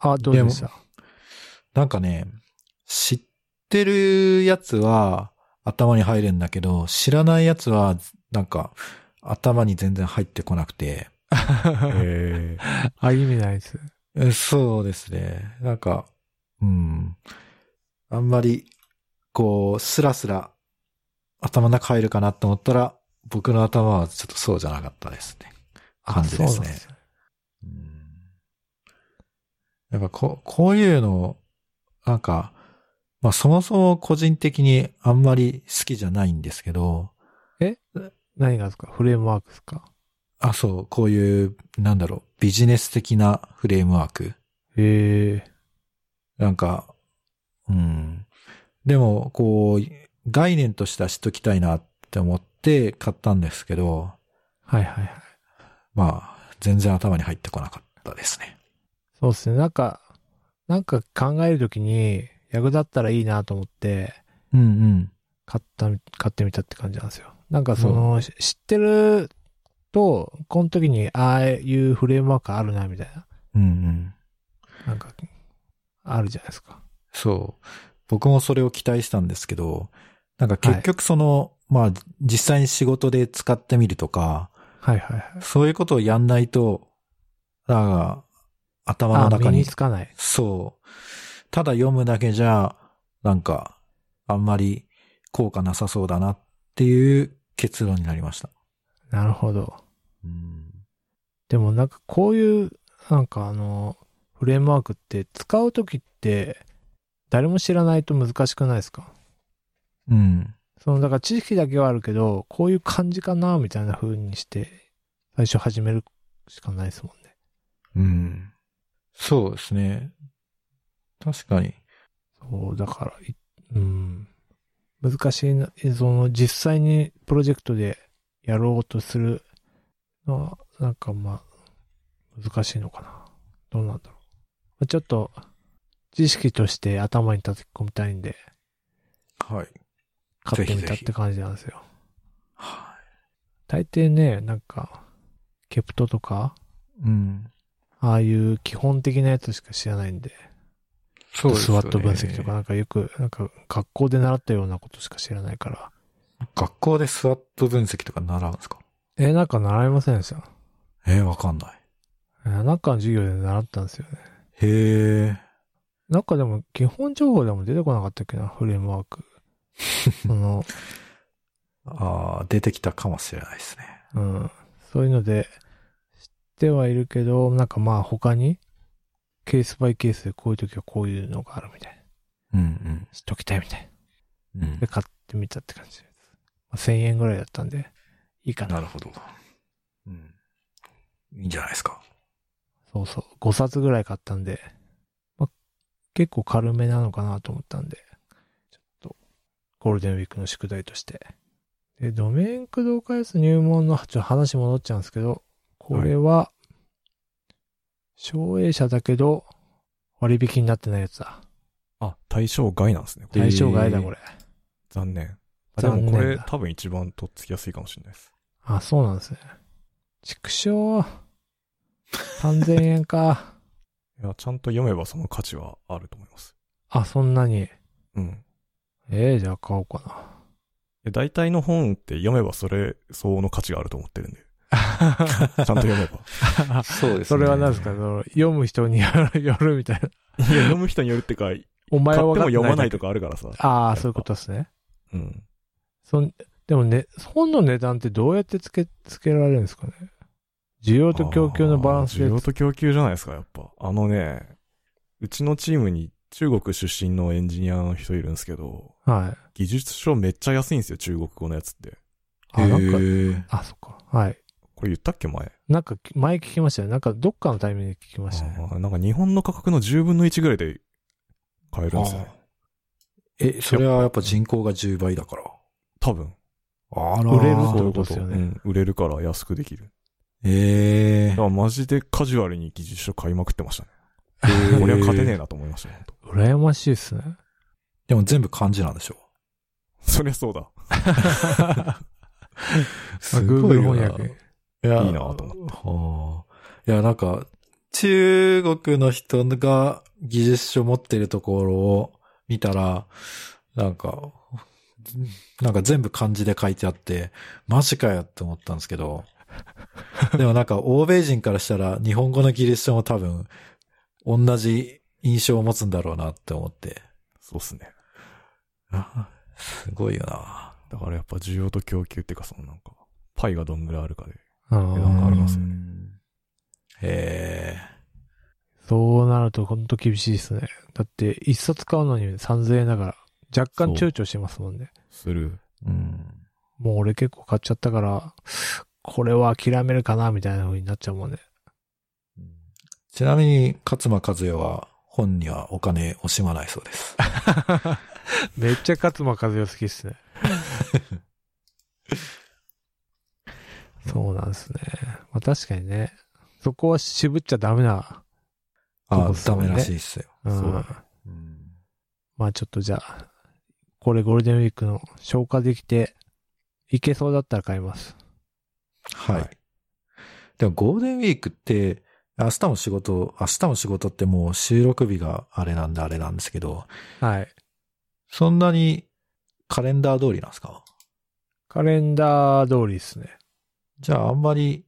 あ、どうで (laughs) したなんかね、知ってるやつは頭に入るんだけど、知らないやつは、なんか、頭に全然入ってこなくて。えーあ、意味ないです。えそうですね。なんか、うん。あんまり、こう、スラスラ頭の中入るかなと思ったら、僕の頭はちょっとそうじゃなかったですね。あ感じですねそうなんねうんやっぱここういうの、なんか、まあそもそも個人的にあんまり好きじゃないんですけど、何がですかフレームワークですかあ、そう、こういう、なんだろう、ビジネス的なフレームワーク。へえ。なんか、うん。でも、こう、概念としては知っときたいなって思って買ったんですけど、はいはいはい。まあ、全然頭に入ってこなかったですね。そうですね。なんか、なんか考えるときに役立ったらいいなと思って、うんうん。買った、買ってみたって感じなんですよ。なんかその、し知ってると、この時にああいうフレームワークあるな、みたいな。うんうん。なんか、あるじゃないですか。そう。僕もそれを期待したんですけど、なんか結局その、まあ実際に仕事で使ってみるとか、はいはいはい。そういうことをやんないと、なんか頭のあ、中身ににつ、かない。そう。ただ読むだけじゃ、なんかあんまり効果なさそうだなっていう結論になりました。なるほど。うん。でもなんかこういう、なんかあの、フレームワークって使う時って、誰も知らないと難しくないですかうん。その、だから知識だけはあるけど、こういう感じかな、みたいな風にして、最初始めるしかないですもんね。うん。そうですね。確かに。そう、だから、いうん。難しいな、えその、実際にプロジェクトでやろうとするのは、なんかまあ、難しいのかな。どうなんだろう。ちょっと、知識として頭に叩き込みたいんで、はい。買ってみたぜっひぜひて感じなんですよ。は大抵ね、なんか、ケプトとか、い。うん。ああいう基本的なやつしか知らないんで、そうですスよワねット分析とか、。なんかよく、なんか学校で習ったようなことしか知らないから、学校でスワット分析とか習うんですかえーなんか習いませんでしたえー、わかんない。えーなんかの授業で習ったんですよね。へえ。なんかでも、基本情報でも出てこなかったっけな、フレームワーク。その、ああ、出てきたかもしれないですね。うん。そういうので、知ってはいるけど、なんかまあ他に、ケースバイケースでこういう時はこういうのがあるみたいな。うん知っときたいみたいうん。うんな。で、買ってみたって感じです。まあ1000円ぐらいだったんで、いいかな。なるほど。うん。いいんじゃないですか。そうそう。5冊ぐらい買ったんで、まあ、結構軽めなのかなと思ったんで、ちょっと、ゴールデンウィークの宿題として。で、ドメイン駆動開発入門の、ちょっと話戻っちゃうんですけど、これは、省営者だけど、割引になってないやつだ。あ、対象外なんですね。これ対象外だ、これ。残念。で残も念こだれ多分一番とっつきやすいかもしれないです。あ、そうなんですね。畜生。3000円か。いや、ちゃんと読めばその価値はあると思います。あ、そんなに。うん。ええじゃあ買おうかな。で大体の本って読めばそれ相応の価値があると思ってるんで。 (laughs) ちゃんと読めば。そうですそれは何ですかその読む人による (laughs) よるみたいな。いや、読む人によるってか、買ってお前はも分かって読まないだとかあるからさ。け。ああ、そういうことですね。うん。そんでもね、本の値段ってどうやってつけ、つけられるんですかね需要と供給のバランスあーで需。要と供給じゃないですか、やっぱ。あのね、うちのチームに中国出身のエンジニアの人いるんですけど、はい。技術書めっちゃ安いんですよ、中国語のやつって。あ、なんか、へあ、そっか。はい。これ言ったっけ、前。なんか、前聞きましたよ。なんか、どっかのタイミングで聞きましたね。あーなんか日本の価格の10分の1ぐらいで買えるんですよね。え。え、それはやっぱ人口が10倍だから。多分。あら売れるそうといいううことことですよねうん売れるから安くできる。ええだからマジでカジュアルに技術書買いまくってましたね。ー俺は勝てねえなと思いましたね。ほんと羨ましいっすね。でも全部漢字なんでしょそりゃそうだ。す Google 翻訳。いやいいなと思はあ。いや、なんか、中国の人が技術書持ってるところを見たら、なんか、なんか全部漢字で書いてあって、マジかよって思ったんですけど、 (laughs) でもなんか欧米人からしたら日本語の技術書も多分同じ印象を持つんだろうなって思って。そうっすね。あすごいよな。だからやっぱ需要と供給っていうかそのなんか、パイがどんぐらいあるかで。うなんかありん。ますよねうんへえ。そうなると、ほんと厳しいですね。だって、一冊買うのに3000円だから、若干躊そう躇してますもんね。する。うんもう俺結構買っちゃったから、これは諦めるかな、みたいな風になっちゃうもんね。ちなみに、勝間和代は本にはお金惜しまないそうです。めっちゃ勝間和代好きっすね。そうなんですね。まあ確かにね。そこは渋っちゃダメな。(laughs) あそうあ、ですダよねメらしいっすよ。うん。そうだねまあちょっとじゃあ、これゴールデンウィークの消化できて、いけそうだったら買います。はい。はいでもゴールデンウィークって、明日も仕事、明日も仕事ってもう収録日があれなんであれなんですけど、はい。そんなにカレンダー通りなんですかカレンダー通りですね。じゃああんまり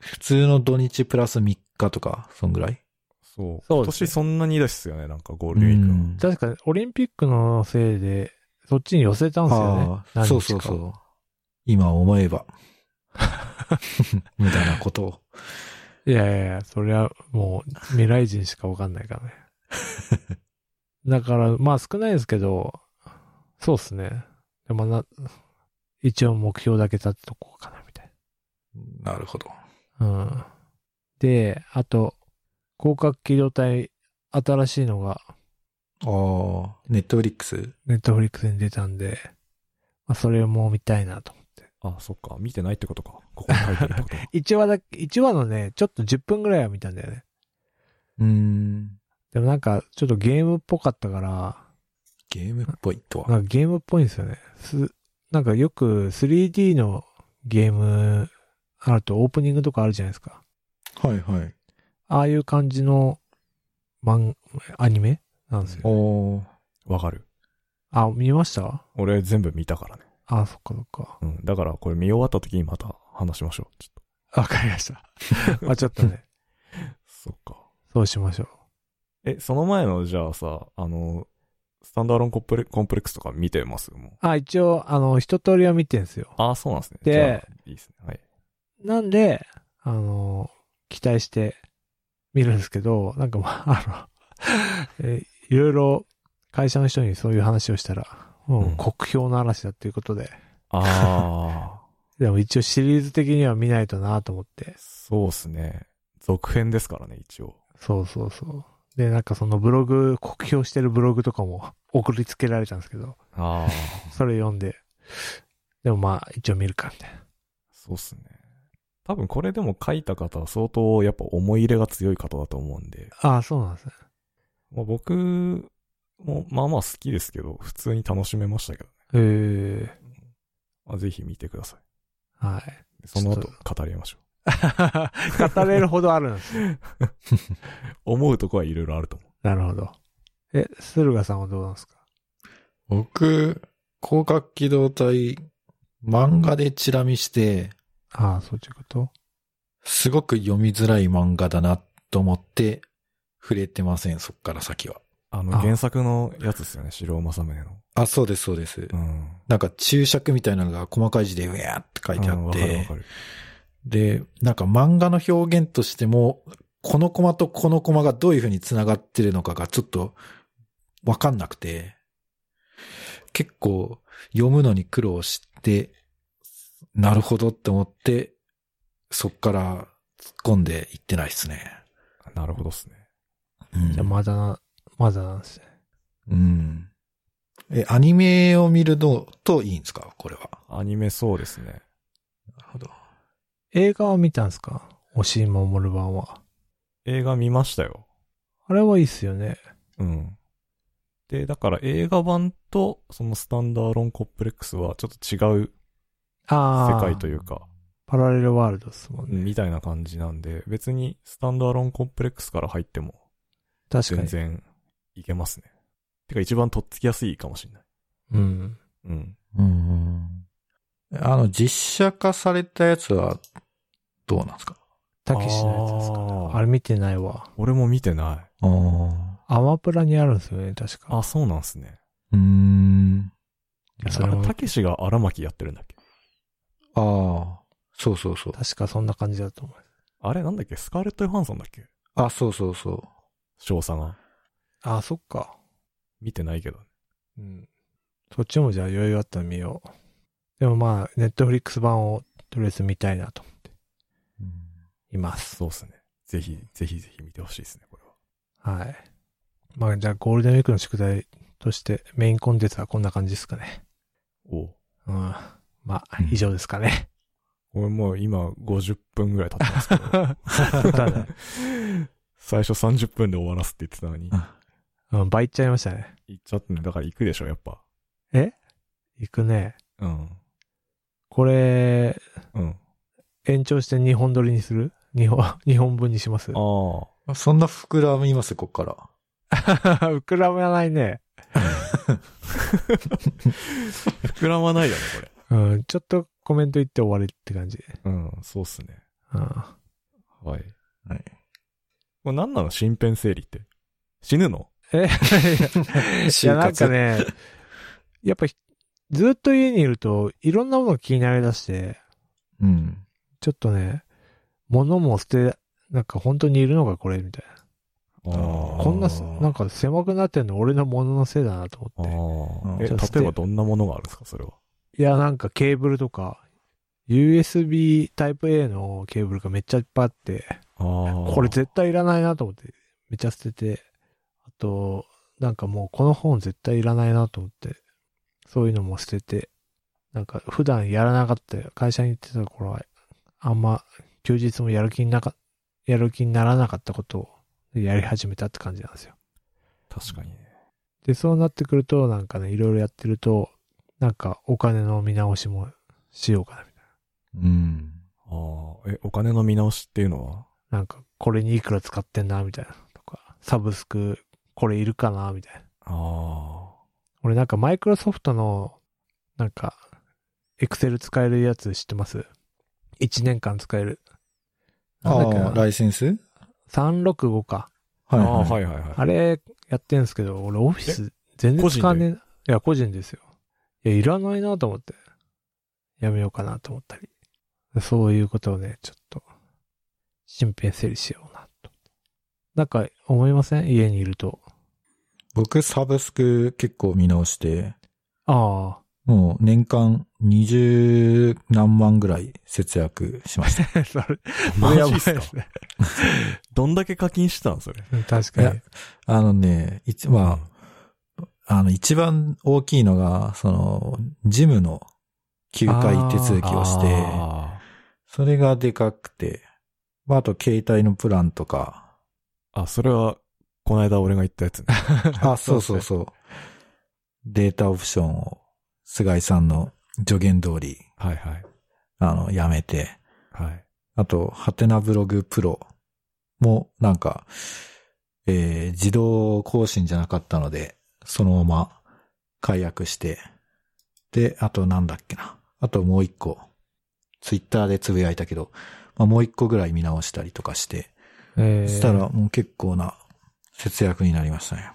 普通の土日プラス3日とか、そんぐらいそう。そう今ですね年そんなにですよね、なんかゴーゴルデンウィークは。確かにオリンピックのせいで、そっちに寄せたんですよねあ。あ、何日かそをうそうそう。今思えば。 (laughs) 無駄なことを。いやいやいや、それはもう未来人しかわかんないからね。だから、まあ少ないですけど、そうっすね。でもな、一応目標だけ立てとこうかな、みたいなるほど。な。うん。で、あと、広角機動隊、新しいのが、ああ、ネットフリックスネットフリックスに出たんで、まあ、それも見たいなと思って。あ、そっか。見てないってことか。ここに書いてるってことか1話だけ、1話のね、ちょっと10分ぐらいは見たんだよね。うーん。でもなんか、ちょっとゲームっぽかったから、ゲームっぽいとは。なんかゲームっぽいんですよね。す、なんかよく 3D のゲームあるとオープニングとかあるじゃないですか。はいはい。ああいう感じの漫、アニメなんですよ。お (laughs) ー。わかる。あ、見ました俺全部見たからね。あ、そっかそっか。うん。だからこれ見終わった時にまた話しましょう。ちょっわかりました。 (laughs) まあちょっとね、と。そっか。そうしましょう。え、その前の、じゃあさ、あの、スタンドアローンコンプレコンプレックスとか見てますもあ、一応、あの、一通りは見てんですよう。。ああ、そうなんですね。でじゃあいいですね。はい。なんで、あの、期待して見るんですけど、なんかまあ、あの、え (laughs) いろいろ会社の人にそういう話をしたら、もううん国評の嵐だっていうことで、ああ、でも一応シリーズ的には見ないとなと思って。そうっすね。続編ですからね、一応。そうそうそう。で、なんかそのブログ、酷評してるブログとかも送りつけられたんですけど、ああ、それ読んで、でもまあ一応見るかみたいな。そうっすね。多分これでも書いた方は相当やっぱ思い入れが強い方だと思うんで、ああ、そうなんですね。まあ、僕もまあまあ好きですけど、普通に楽しめましたけどね。えまあ、ぜひ見てください。えはい。 (laughs) そのち後ょ語りましょ語れるほどあるんですね。う。思うとこはいろいろあると思う。なるほど。え、駿河さんはどうなんですか僕、広角機動隊、漫画でチラ見して、ああ、そういうことすごく読みづらい漫画だなと思って、触れてません、そっから先は。あのあ原作のやつですよね、白尾正宗の。あ、そうです、そうです。うん。なんか注釈みたいなのが細かい字でうやーって書いてあうんっわかるわてか、る。で、なんか漫画の表現としても、このコマとこのコマがどういう風に繋がってるのかがちょっとわかんなくて、結構読むのに苦労して、なるほどって思って、そっから突っ込んでいってないですね。なるほどっすね。うんじゃあまだな、まだなんですね。うん。え、アニメを見るのといいんですかこれは。アニメそうですね。なるほど。映画は見たんですか押し守る版は。映画見ましたよ。あれはいいっすよね。うん。で、だから映画版とそのスタンダーロンコップレックスはちょっと違うああ。世界というか、パラレルワールドですもんね。みたいな感じなんで、別にスタンダーロンコンプレックスから入っても確か全に。然いけますね。てか一番とっつきやすいかもしれない。うん。うん。うん。あの、実写化されたやつは、どうなんですかたけしのやつですかあーあれ見てないわ。俺も見てない。ああ。アマプラにあるんですよね、確か。あ、そうなんすね。うーん。いやそれあもたけしが荒牧やってるんだっけああ。そうそうそう。確かそんな感じだと思う。あれなんだっけスカーレット・ヨハンソンだっけあ、そうそうそう。少佐が。ああ、そっか。見てないけど。うん。そっちもじゃあ余裕あったら見よう。でもまあ、ネットフリックス版をとりあえず見たいなと思っています。そうっすね。ぜひ、ぜひぜひ見てほしいですね、これは。はい。まあ、じゃあゴールデンウィークの宿題としてメインコンテンツはこんな感じですかね。おう。うん。まあうん、以上ですかね。 (laughs) 俺もう今50分ぐらい経ってます (laughs) けど。ただ、最初30分で終わらすって言ってたのに。うん、倍いっちゃいましたね。行っちゃってね。だから行くでしょ、やっぱ。いくね。うん。これ、うん。延長して2本撮りにする ?2 本、 (laughs) 二本分にしますああ。そんな膨らみます、ここから。 (laughs) 膨らまないね。膨らまないよね、これ。うん、ちょっとコメント言って終わりって感じ。 (laughs) うん、そうっすね。うん。はい。 (laughs) はい。これ何なの身辺整理って。死ぬのえ (laughs) いや、就なん活かね、やっぱひ、ずっと家にいると、いろんなものが気になりだして、うん。ちょっとね、物も捨て、なんか本当にいるのかこれみたいあーな。こんなす、なんか狭くなってんの俺の物のせいだなとあ思って。あ。うんえ、ちょっと例えばどんなものがあるんですか、それは。いや、なんかケーブルとか、 USB タイプ A のケーブルがめっちゃいっぱいあって、ああ。これ絶対いらないなと思って、めっちゃ捨てて、あと、なんかもうこの本絶対いらないなと思って、そういうのも捨てて、なんか普段やらなかった、会社に行ってた頃は、あんま休日もやる気になか、やる気にならなかったことをやり始めたって感じなんですよ。確かにね。で、そうなってくると、なんかね、いろいろやってると、なんかお金の見直しもしようかな、みたいうん。ああ。え、お金の見直しっていうのはな。なんか、これにいくら使ってんな、みたいな。とか、サブスク、これいるかな、みたいな。あ俺なんか、マイクロソフトの、なんか、エクセル使えるやつ知ってます ?1 年間使える。あなんだっけなあ、ライセンス365か。はあ。い、ああはー、い。はいはいはい。あれ、やってんすけど、俺オフィス全然使わねえ。いや、個人ですよ。いや、いらないなと思って。やめようかなと思ったり。そういうことをね、ちょっと、身辺整理しようなと。なんか、思いません家にいると。僕、サブスク結構見直して、あもう年間20何万ぐらい節約しました。あ、それ、マジっそすれやばいでかすね。どんだけ課金してたんそれ。確かいにや。あのね、一、まあ、あの、一番大きいのが、その、ジムの休会手続きをして、あそれがでかくて、まあ、あと携帯のプランとか、 (laughs) ーあ、それは、こないだ俺が言ったや (laughs) つね。あ、そうそうそう。データオプションを、菅井さんの助言通り、はいはい。あの、やめて、はい。あと、ハテナブログプロも、なんか、えー自動更新じゃなかったので、そのまま解約して、で、あとなんだっけな。あともう一個、ツイッターでつぶやいたけど、まあ、もう一個ぐらい見直したりとかして、えーそしたらもう結構な節約になりましたね。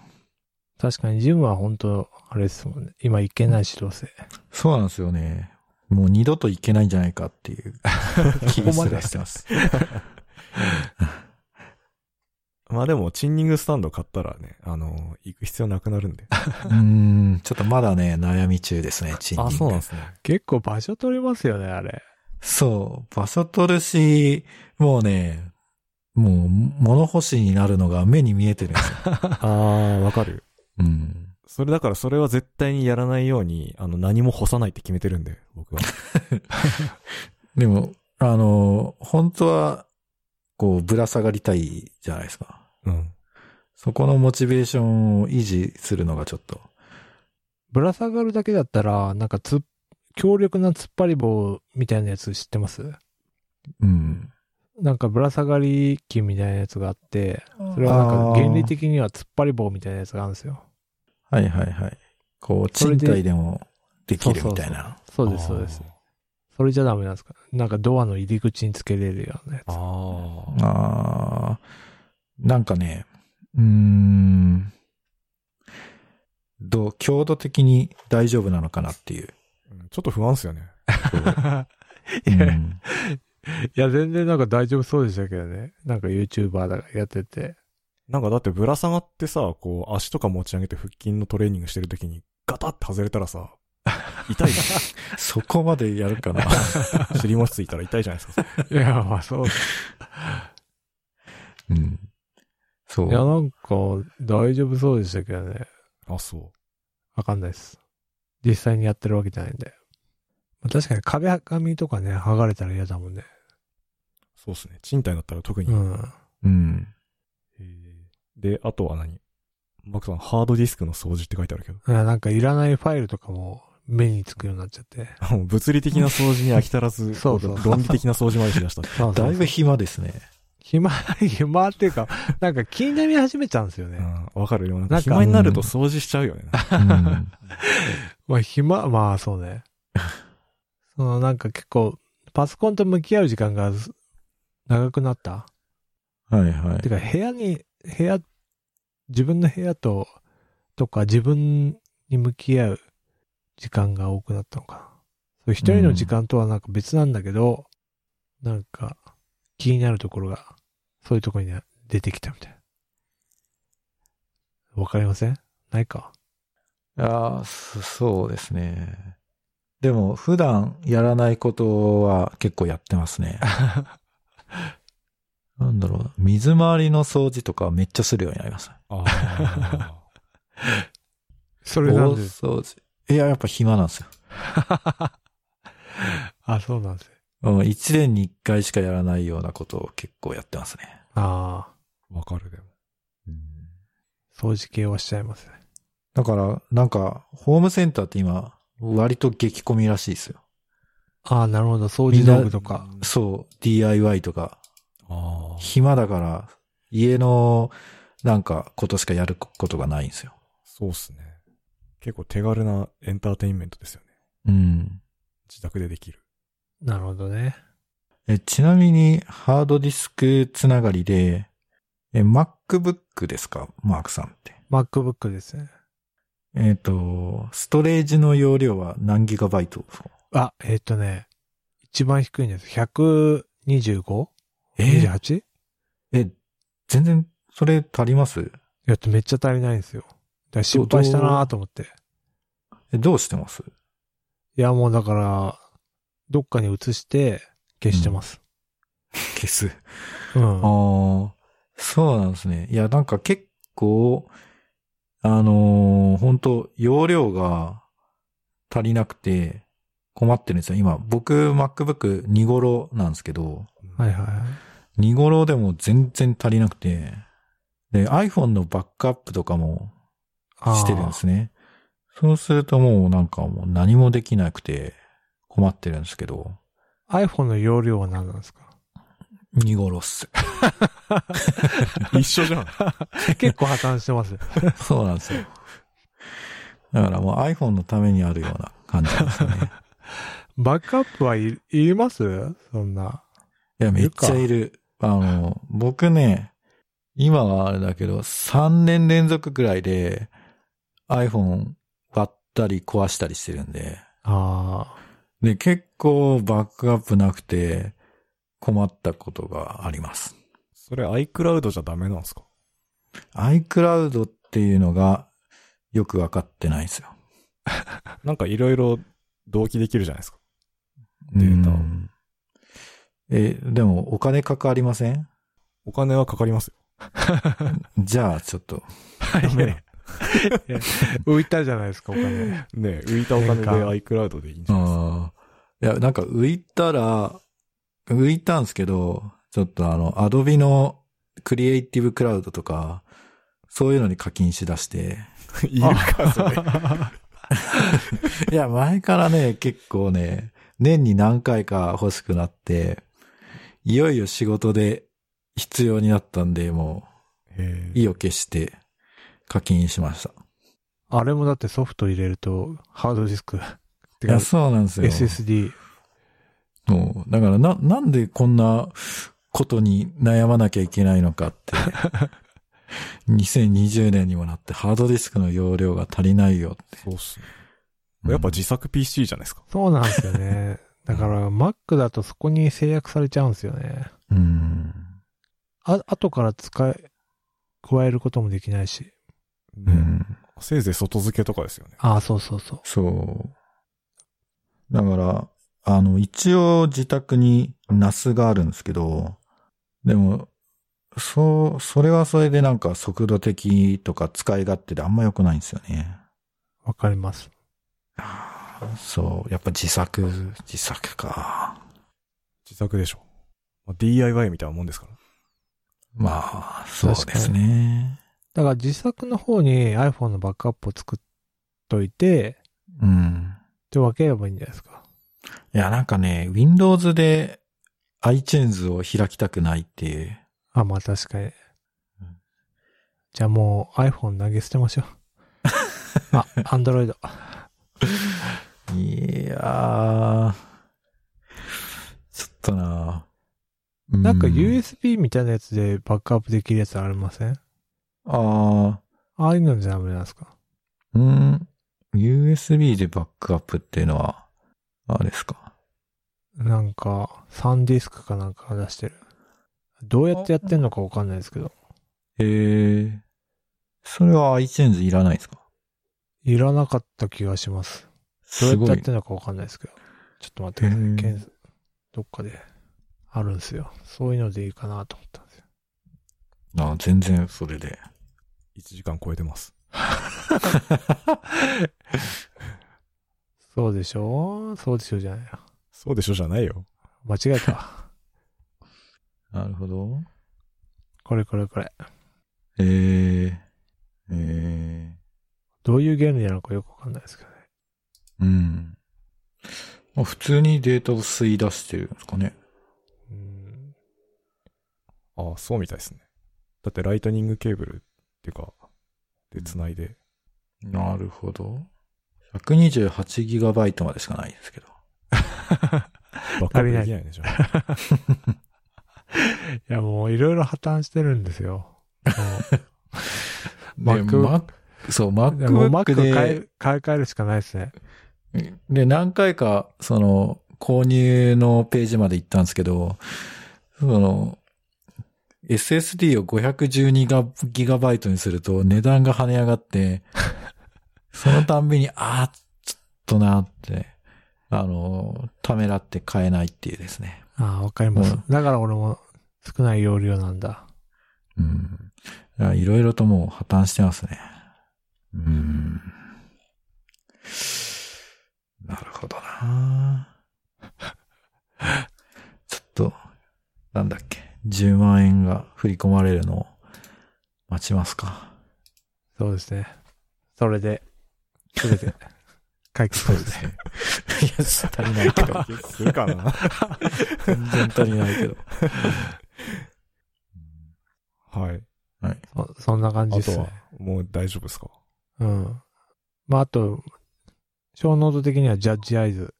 確かにジムは本当あれですもんね。今行けないし、どうせ。そうなんですよね。もう二度といけないんじゃないかっていう気がこますでらしてます。まあでも、チンニングスタンド買ったらね、あのー行く必要なくなるんで。うーん、ちょっとまだね、悩み中ですね、チンニングすね。結構場所取りますよね、あれ。そう、場所取るし、もうね、もう物干しになるのが目に見えてるん (laughs) ですよ。 (laughs) ああ、わかる。うん。それだから、それは絶対にやらないように、あの、何も干さないって決めてるんで、僕は。でも、あの、本当は、こう、ぶら下がりたいじゃないですか。うん。そこのモチベーションを維持するのがちょっと。ぶら下がるだけだったら、なんかつっ、強力な突っ張り棒みたいなやつ知ってますうん。なんかぶら下がり機みたいなやつがあって、そそれはなんか原理。的には突っ張り棒みたいなやつがあるんですよ。はいはいはい。こう、それ賃で貸でもできそうそうるそうみたいな。そうです、そうですあー。それじゃダメなんですかなんかドアの入り口につけれるようなやつ。ああ。あーなんかね、うーん、どう、強度的に大丈夫なのかなっていう。ちょっと不安っすよね。いや、ういんや全然なんか大丈夫そうでしたけどね。なんか YouTuber だからやってて。なんかだってぶら下がってさ、こう、足とか持ち上げて腹筋のトレーニングしてる時に、ガタって外れたらさ、痛いじそこまでやるかな。 (laughs) ゃん。尻餅ついたら痛いじゃないですか。 (laughs) いや、まあそう。うん、そいや、う。なんか大丈夫そうでしたけどね。あ、そわかんないです。実際にやってるわけじゃないんで。まあ確かに壁紙とかね、剥がれたら嫌だもんね。う。そうっすね。賃貸だったら特に。うん。うん。えーで、あとは何マクさん、ハードディスクの掃除って書いてあるけど。 (laughs) いやなんかいらないファイルとかも目につくようになっちゃって。あもう物理的な掃除に飽き足らず、 (laughs) そうそうこ論理的な掃除までしだした。だいぶ暇ですね。暇、 (laughs) 暇っていうか、なんか気になり始めち (laughs) ゃうんですよね。うん、わかるよ。ななんかんか暇になると掃除しちゃ (laughs) うよね。うん、まあ暇、まあそう (laughs) ね。そのなんか結構、パソコンと向き合う時間がす長くなった。はいはいて。か部屋に、部屋、自分の部屋と、とか自分に向き合う時間が多くなったのかな。そう一人の時間とはなんか別なんだけど、なんか気になるところが、そういうところに出てきたみたいな。わかりませんないか。ああ、そそうですね。でも、普段やらないことは結構やってま (laughs) すね。なんだろうな。水回りの掃除とかめっちゃするようになりました。ああ。そ大れなんで、掃除。いや、やっぱ暇なんですよ。あ、そうなんですね。うん、一年に一回しかやらないようなことを結構やってますね。ああ、わかるでも。掃除系はしちゃいますね。だから、なんか、ホームセンターって今、割と激混みらしいですよ。ああ、なるほど。掃除道具とか。そう、DIY とか、ああ。暇だから、家の、なんか、ことしかやることがないんですよ。そうっすね。結構手軽なエンターテインメントですよね。うん。自宅でで (laughs) きる。なるほどね。え、ちなみに、ハードディスクつながりで、え、MacBook ですかマークさんって。 MacBook ですね。えっ、と、ストレージの容量は何ギガバイトですかあ、えっ、とね、一番低いんです。125?28? ええ、全然、それ足りますいや、めっちゃ足りないんですよ。だから失敗したなーと思って。え、どうしてますいや、もうだから、どっかに移して消してます。消す。うん。ああ、そうなんですね。いや、なんか結構、あのー本当容量が足りなくて困ってるんですよ。今、僕、MacBook 2頃なんですけど、はいはいはい。 2頃でも全然足りなくて、で、iPhone のバックアップとかもあーしてるんですね。そうするともうなんかもう何もできなくて困ってるんですけど、 iPhone の容量は何なんですか2頃っす。一緒じゃん。結構破綻してます。そうなんですよ。だからもう iPhone のためにあるような感じです (laughs) ね。バックアップはい、いりますそんな。いや、めっちゃいる。あの、僕ね、今はあれだけど、3年連続ぐらいで iPhone 割ったり壊したりしてるんで、あで、結構バックアップなくて困ったことがあります。それ iCloud じゃダメなんすか iCloud っていうのがよくわかってないんですよ。なんかいろいろ同期できるじゃないですか。データをうんえ、でもお金かかりませんお金はかかりますよ。じゃあ、ちょっと。あ。いやいや浮いたじゃないですか、お金。ねえ浮いたお金なでんか iCloud でいいんじゃないですか。あーいや、なんか浮いたら、浮いたんですけど、ちょっとあの、アドビのクリエイティブクラウドとか、そういうのに課金しだして。いるか、それ。いや、前からね、結構ね、年に何回か欲しくなって、いよいよ仕事で必要になったんで、も (laughs) へう、え意を決して課金しました。あれもだってソフト入れると、ハードディスク。ていや、か、そうなんですよ。 SSD。もう、だからな、なんでこんなことに悩まなきゃいけないのか (laughs) って。2020年にもなってハードディスクの容量が足りないよって。そうっすね。やっぱ自作 PC じゃないですか。そうなんですよ (laughs) ね。だから、Mac だとそこに制約されちゃうんですよね。うん。あ、後から使い、加えることもできないし。うねん。せいぜい外付けとかですよね。ああ、そうそうそう。そう。だから、あの、一応自宅に NAS があるんですけど、でも、そう、それはそれでなんか速度的とか使い勝手であんま良くないんですよね。わかります。そう。やっぱ自作、自作か。自作でしょ。まあ DIY みたいなもんですから。まあ、そうですね。だから自作の方に iPhone のバックアップを作っといて、うん。って分ければいいんじゃないですか。いや、なんかね、Windows で iTunes を開きたくないっていう。あ、まあ確かにん。じゃあもう iPhone 投げ捨てましょう。 (laughs) あ、Android。いやー、ちょっとななんかう USB みたいなやつでバックアップできるやつありませんあああいうのじゃダメなんですかー、うん、USB でバックアップっていうのは、あれですか。なんか、サンディスクかなんか出してる。どうやってやってんのかわかんないですけど。へー、それは iTunes いらないですかいらなかった気がします。どうやっすてごやっいて。るのかわかんないですけど。ちょっと待ってくださへーい。検索どっかであるんですよ。そういうのでいいかなと思ったんですよ。あ全然それで。 1時間超えてます。そうでしょそうでしょじゃないよ。そうでしょじゃないよ。間違えた。なるほど。これこれこれ。えー、えー、どういうゲームなのかよくわかんないですけどね。うん。まあ普通にデータを吸い出してるんですかね。うん。ああ、そうみたいですね。だってライトニングケーブルっていうか、で繋いで。なるほど。128GB までしかないですけど。バックアップできないね、じゃあ。いやもういろいろ破綻してるんですよ。で Mac- Mac- そう、 (laughs) もうもう Mac MacBook を買でい、買い替えるしかないですね。で、何回か、その、購入のページまで行ったんですけど、その、SSD を 512GB にすると値段が跳ね上がって、そのたんびに、ああ、ちょっとなって、あの、ためらって買えないっていうですね。ああ、わかります。うんだから俺も少ない容量なんだ。うん。いろいろともう破綻してますね。うん。なるほどなちょっと、なんだっけ。10万円が振り込まれるのを待ちますか。そうですね。それで、それで、 (laughs) 解決ですね。ね。いや、足りないけど。解決するかな全然足りないけど。はい。そそんな感じあですとはね。、もう大丈夫ですかうん。まあ、あと、小ノート的にはジャッジアイズ。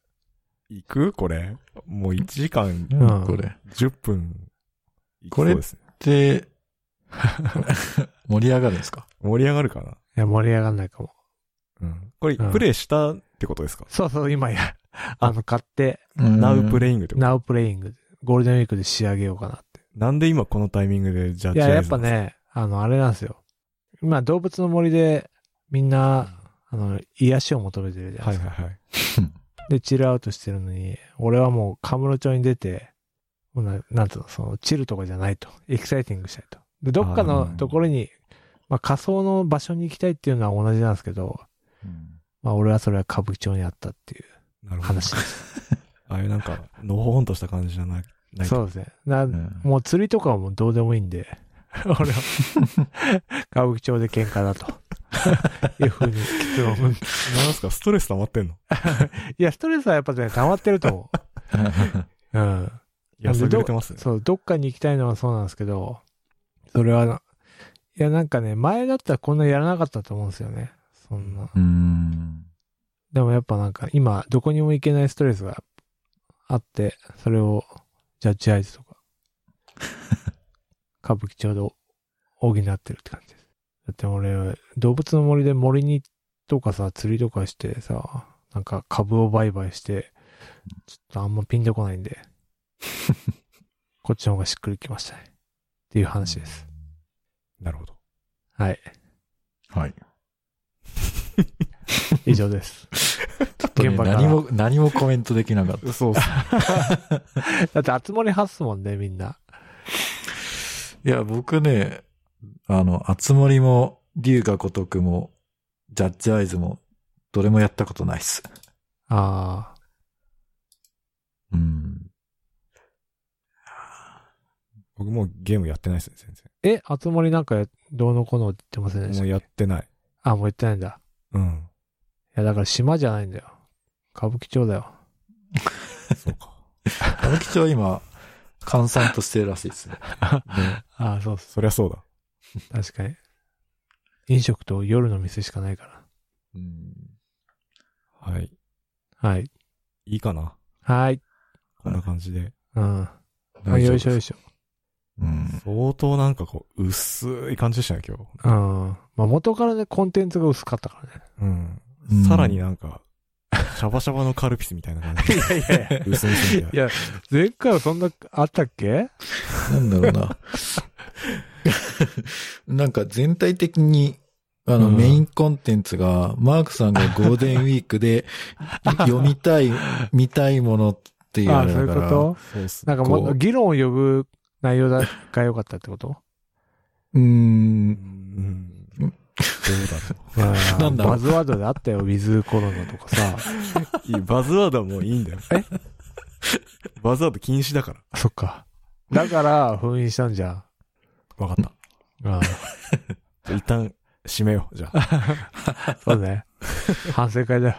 行くこれ。もう1時間うんこれ。っ10分。これそうですね。て、 (laughs) 盛り上がるんですか盛り上がるかないや、盛り上がんないかも。うん。これ、うんプレイしたってことですかそうそう、今や、あの、買って、ナウプレレイングってことナウプレイング、ゴールデンウィークで仕上げようかなっなんで今このタイミングでジャッて。いや、ジアやイっズぱなんですか。ね、あの、あれなんですよ。今、動物の森で、みんな、あの、癒しを求めてるじゃないではいすか。はいはい。で、チルアウトしてるのに、俺はもう、カムロ町に出て、もうななんつうの、その、チルとかじゃないと。エキサイティングしたいと。で、どっかあーのところに、まあ、仮想の場所に行きたいっていうのは同じなんですけど、まあ、俺はそれは歌舞伎町にあったっていうなるほど。話です。ああいうなんか、のほほんとした感じじゃない。ないそうですね。な、うんもう釣りとかはもうどうでもいいんで、 (laughs) 俺は、歌舞伎町で喧嘩 (laughs) だと。いうふうに結論。いなんすかストレス溜まってんのや、ストレスはやっぱね、溜まってると思 (laughs) う。うん。安ぐれてますね。そう、どっかに行きたいのはそうなんですけど、それはな、いや、なんかね、前だったらこんなやらなかったと思うんですよね。そんな。うん。でもやっぱなんか、今、どこにも行けないストレスがあって、それを、ジャッジアイズと (laughs) か、歌舞伎町で補ってるって感じです。だって俺、動物の森で森にとかさ、釣りとかしてさ、なんか株を売買して、ちょっとあんまピンとこない (laughs) んで、こっちの方がしっくりきましたね。っていう話です。なるほど。はい。はい。以上 (laughs) です。現場から何も、何もコメントできな (laughs) かった。そうだって、熱盛発すもんね、みんな。いや、僕ね、あの、あつ森も、龍が如くも、ジャッジアイズも、どれもやったことないっす。ああ、うん。僕もうゲームやってないですね、全え、熱盛なんかやどうのこうのって言ってませんで然。したもっうけやってない。あ、もう言ってないんだ。うん。いや、だから島じゃないんだよ。歌舞伎町だよ。そうか。歌舞伎町は今、閑散としてるらしいですね。ああ、そうっす。そりゃそうだ。確かに。飲食と夜の店しかないかうんはい。ら。はい。いいかなはい。こんな感じで。うん。まあ、大丈夫よでいすしょよいしょ。うん。相当なんかこう、薄い感じでしたね、今日。うん。まあ、元からね、コンテンツが薄かったからね。うんうん。さらになんか、シャバシャバのカルピスみたいな (laughs) 感じ。いやいやいや。薄薄みたいな。や、前回はそんな、あったっけ (laughs) なんだろうな。なんか全体的に、あの、うんメインコンテンツが、マークさんがゴールデンウィーク (laughs) で読みたい、見たいものっていうあああ、れそういうだかこら。とそうっすなんかもこうう、議論を呼ぶ内容だが良かったってことうーん。うん。うどんうだろう。なんだろうバズワードであったよ、ウィズコロナとかさ。いいバズワードはもういいんだよ。えバズワード禁止だから。そっか。だから、封印したんじゃん。わかっあた。一旦、閉めよう。じゃあ。あそうね。反省会だよ。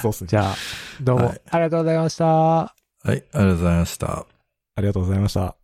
そうっすね。じゃあ、どうも、はいありがとうございました。はい、ありがとうございました。ありがとうございました。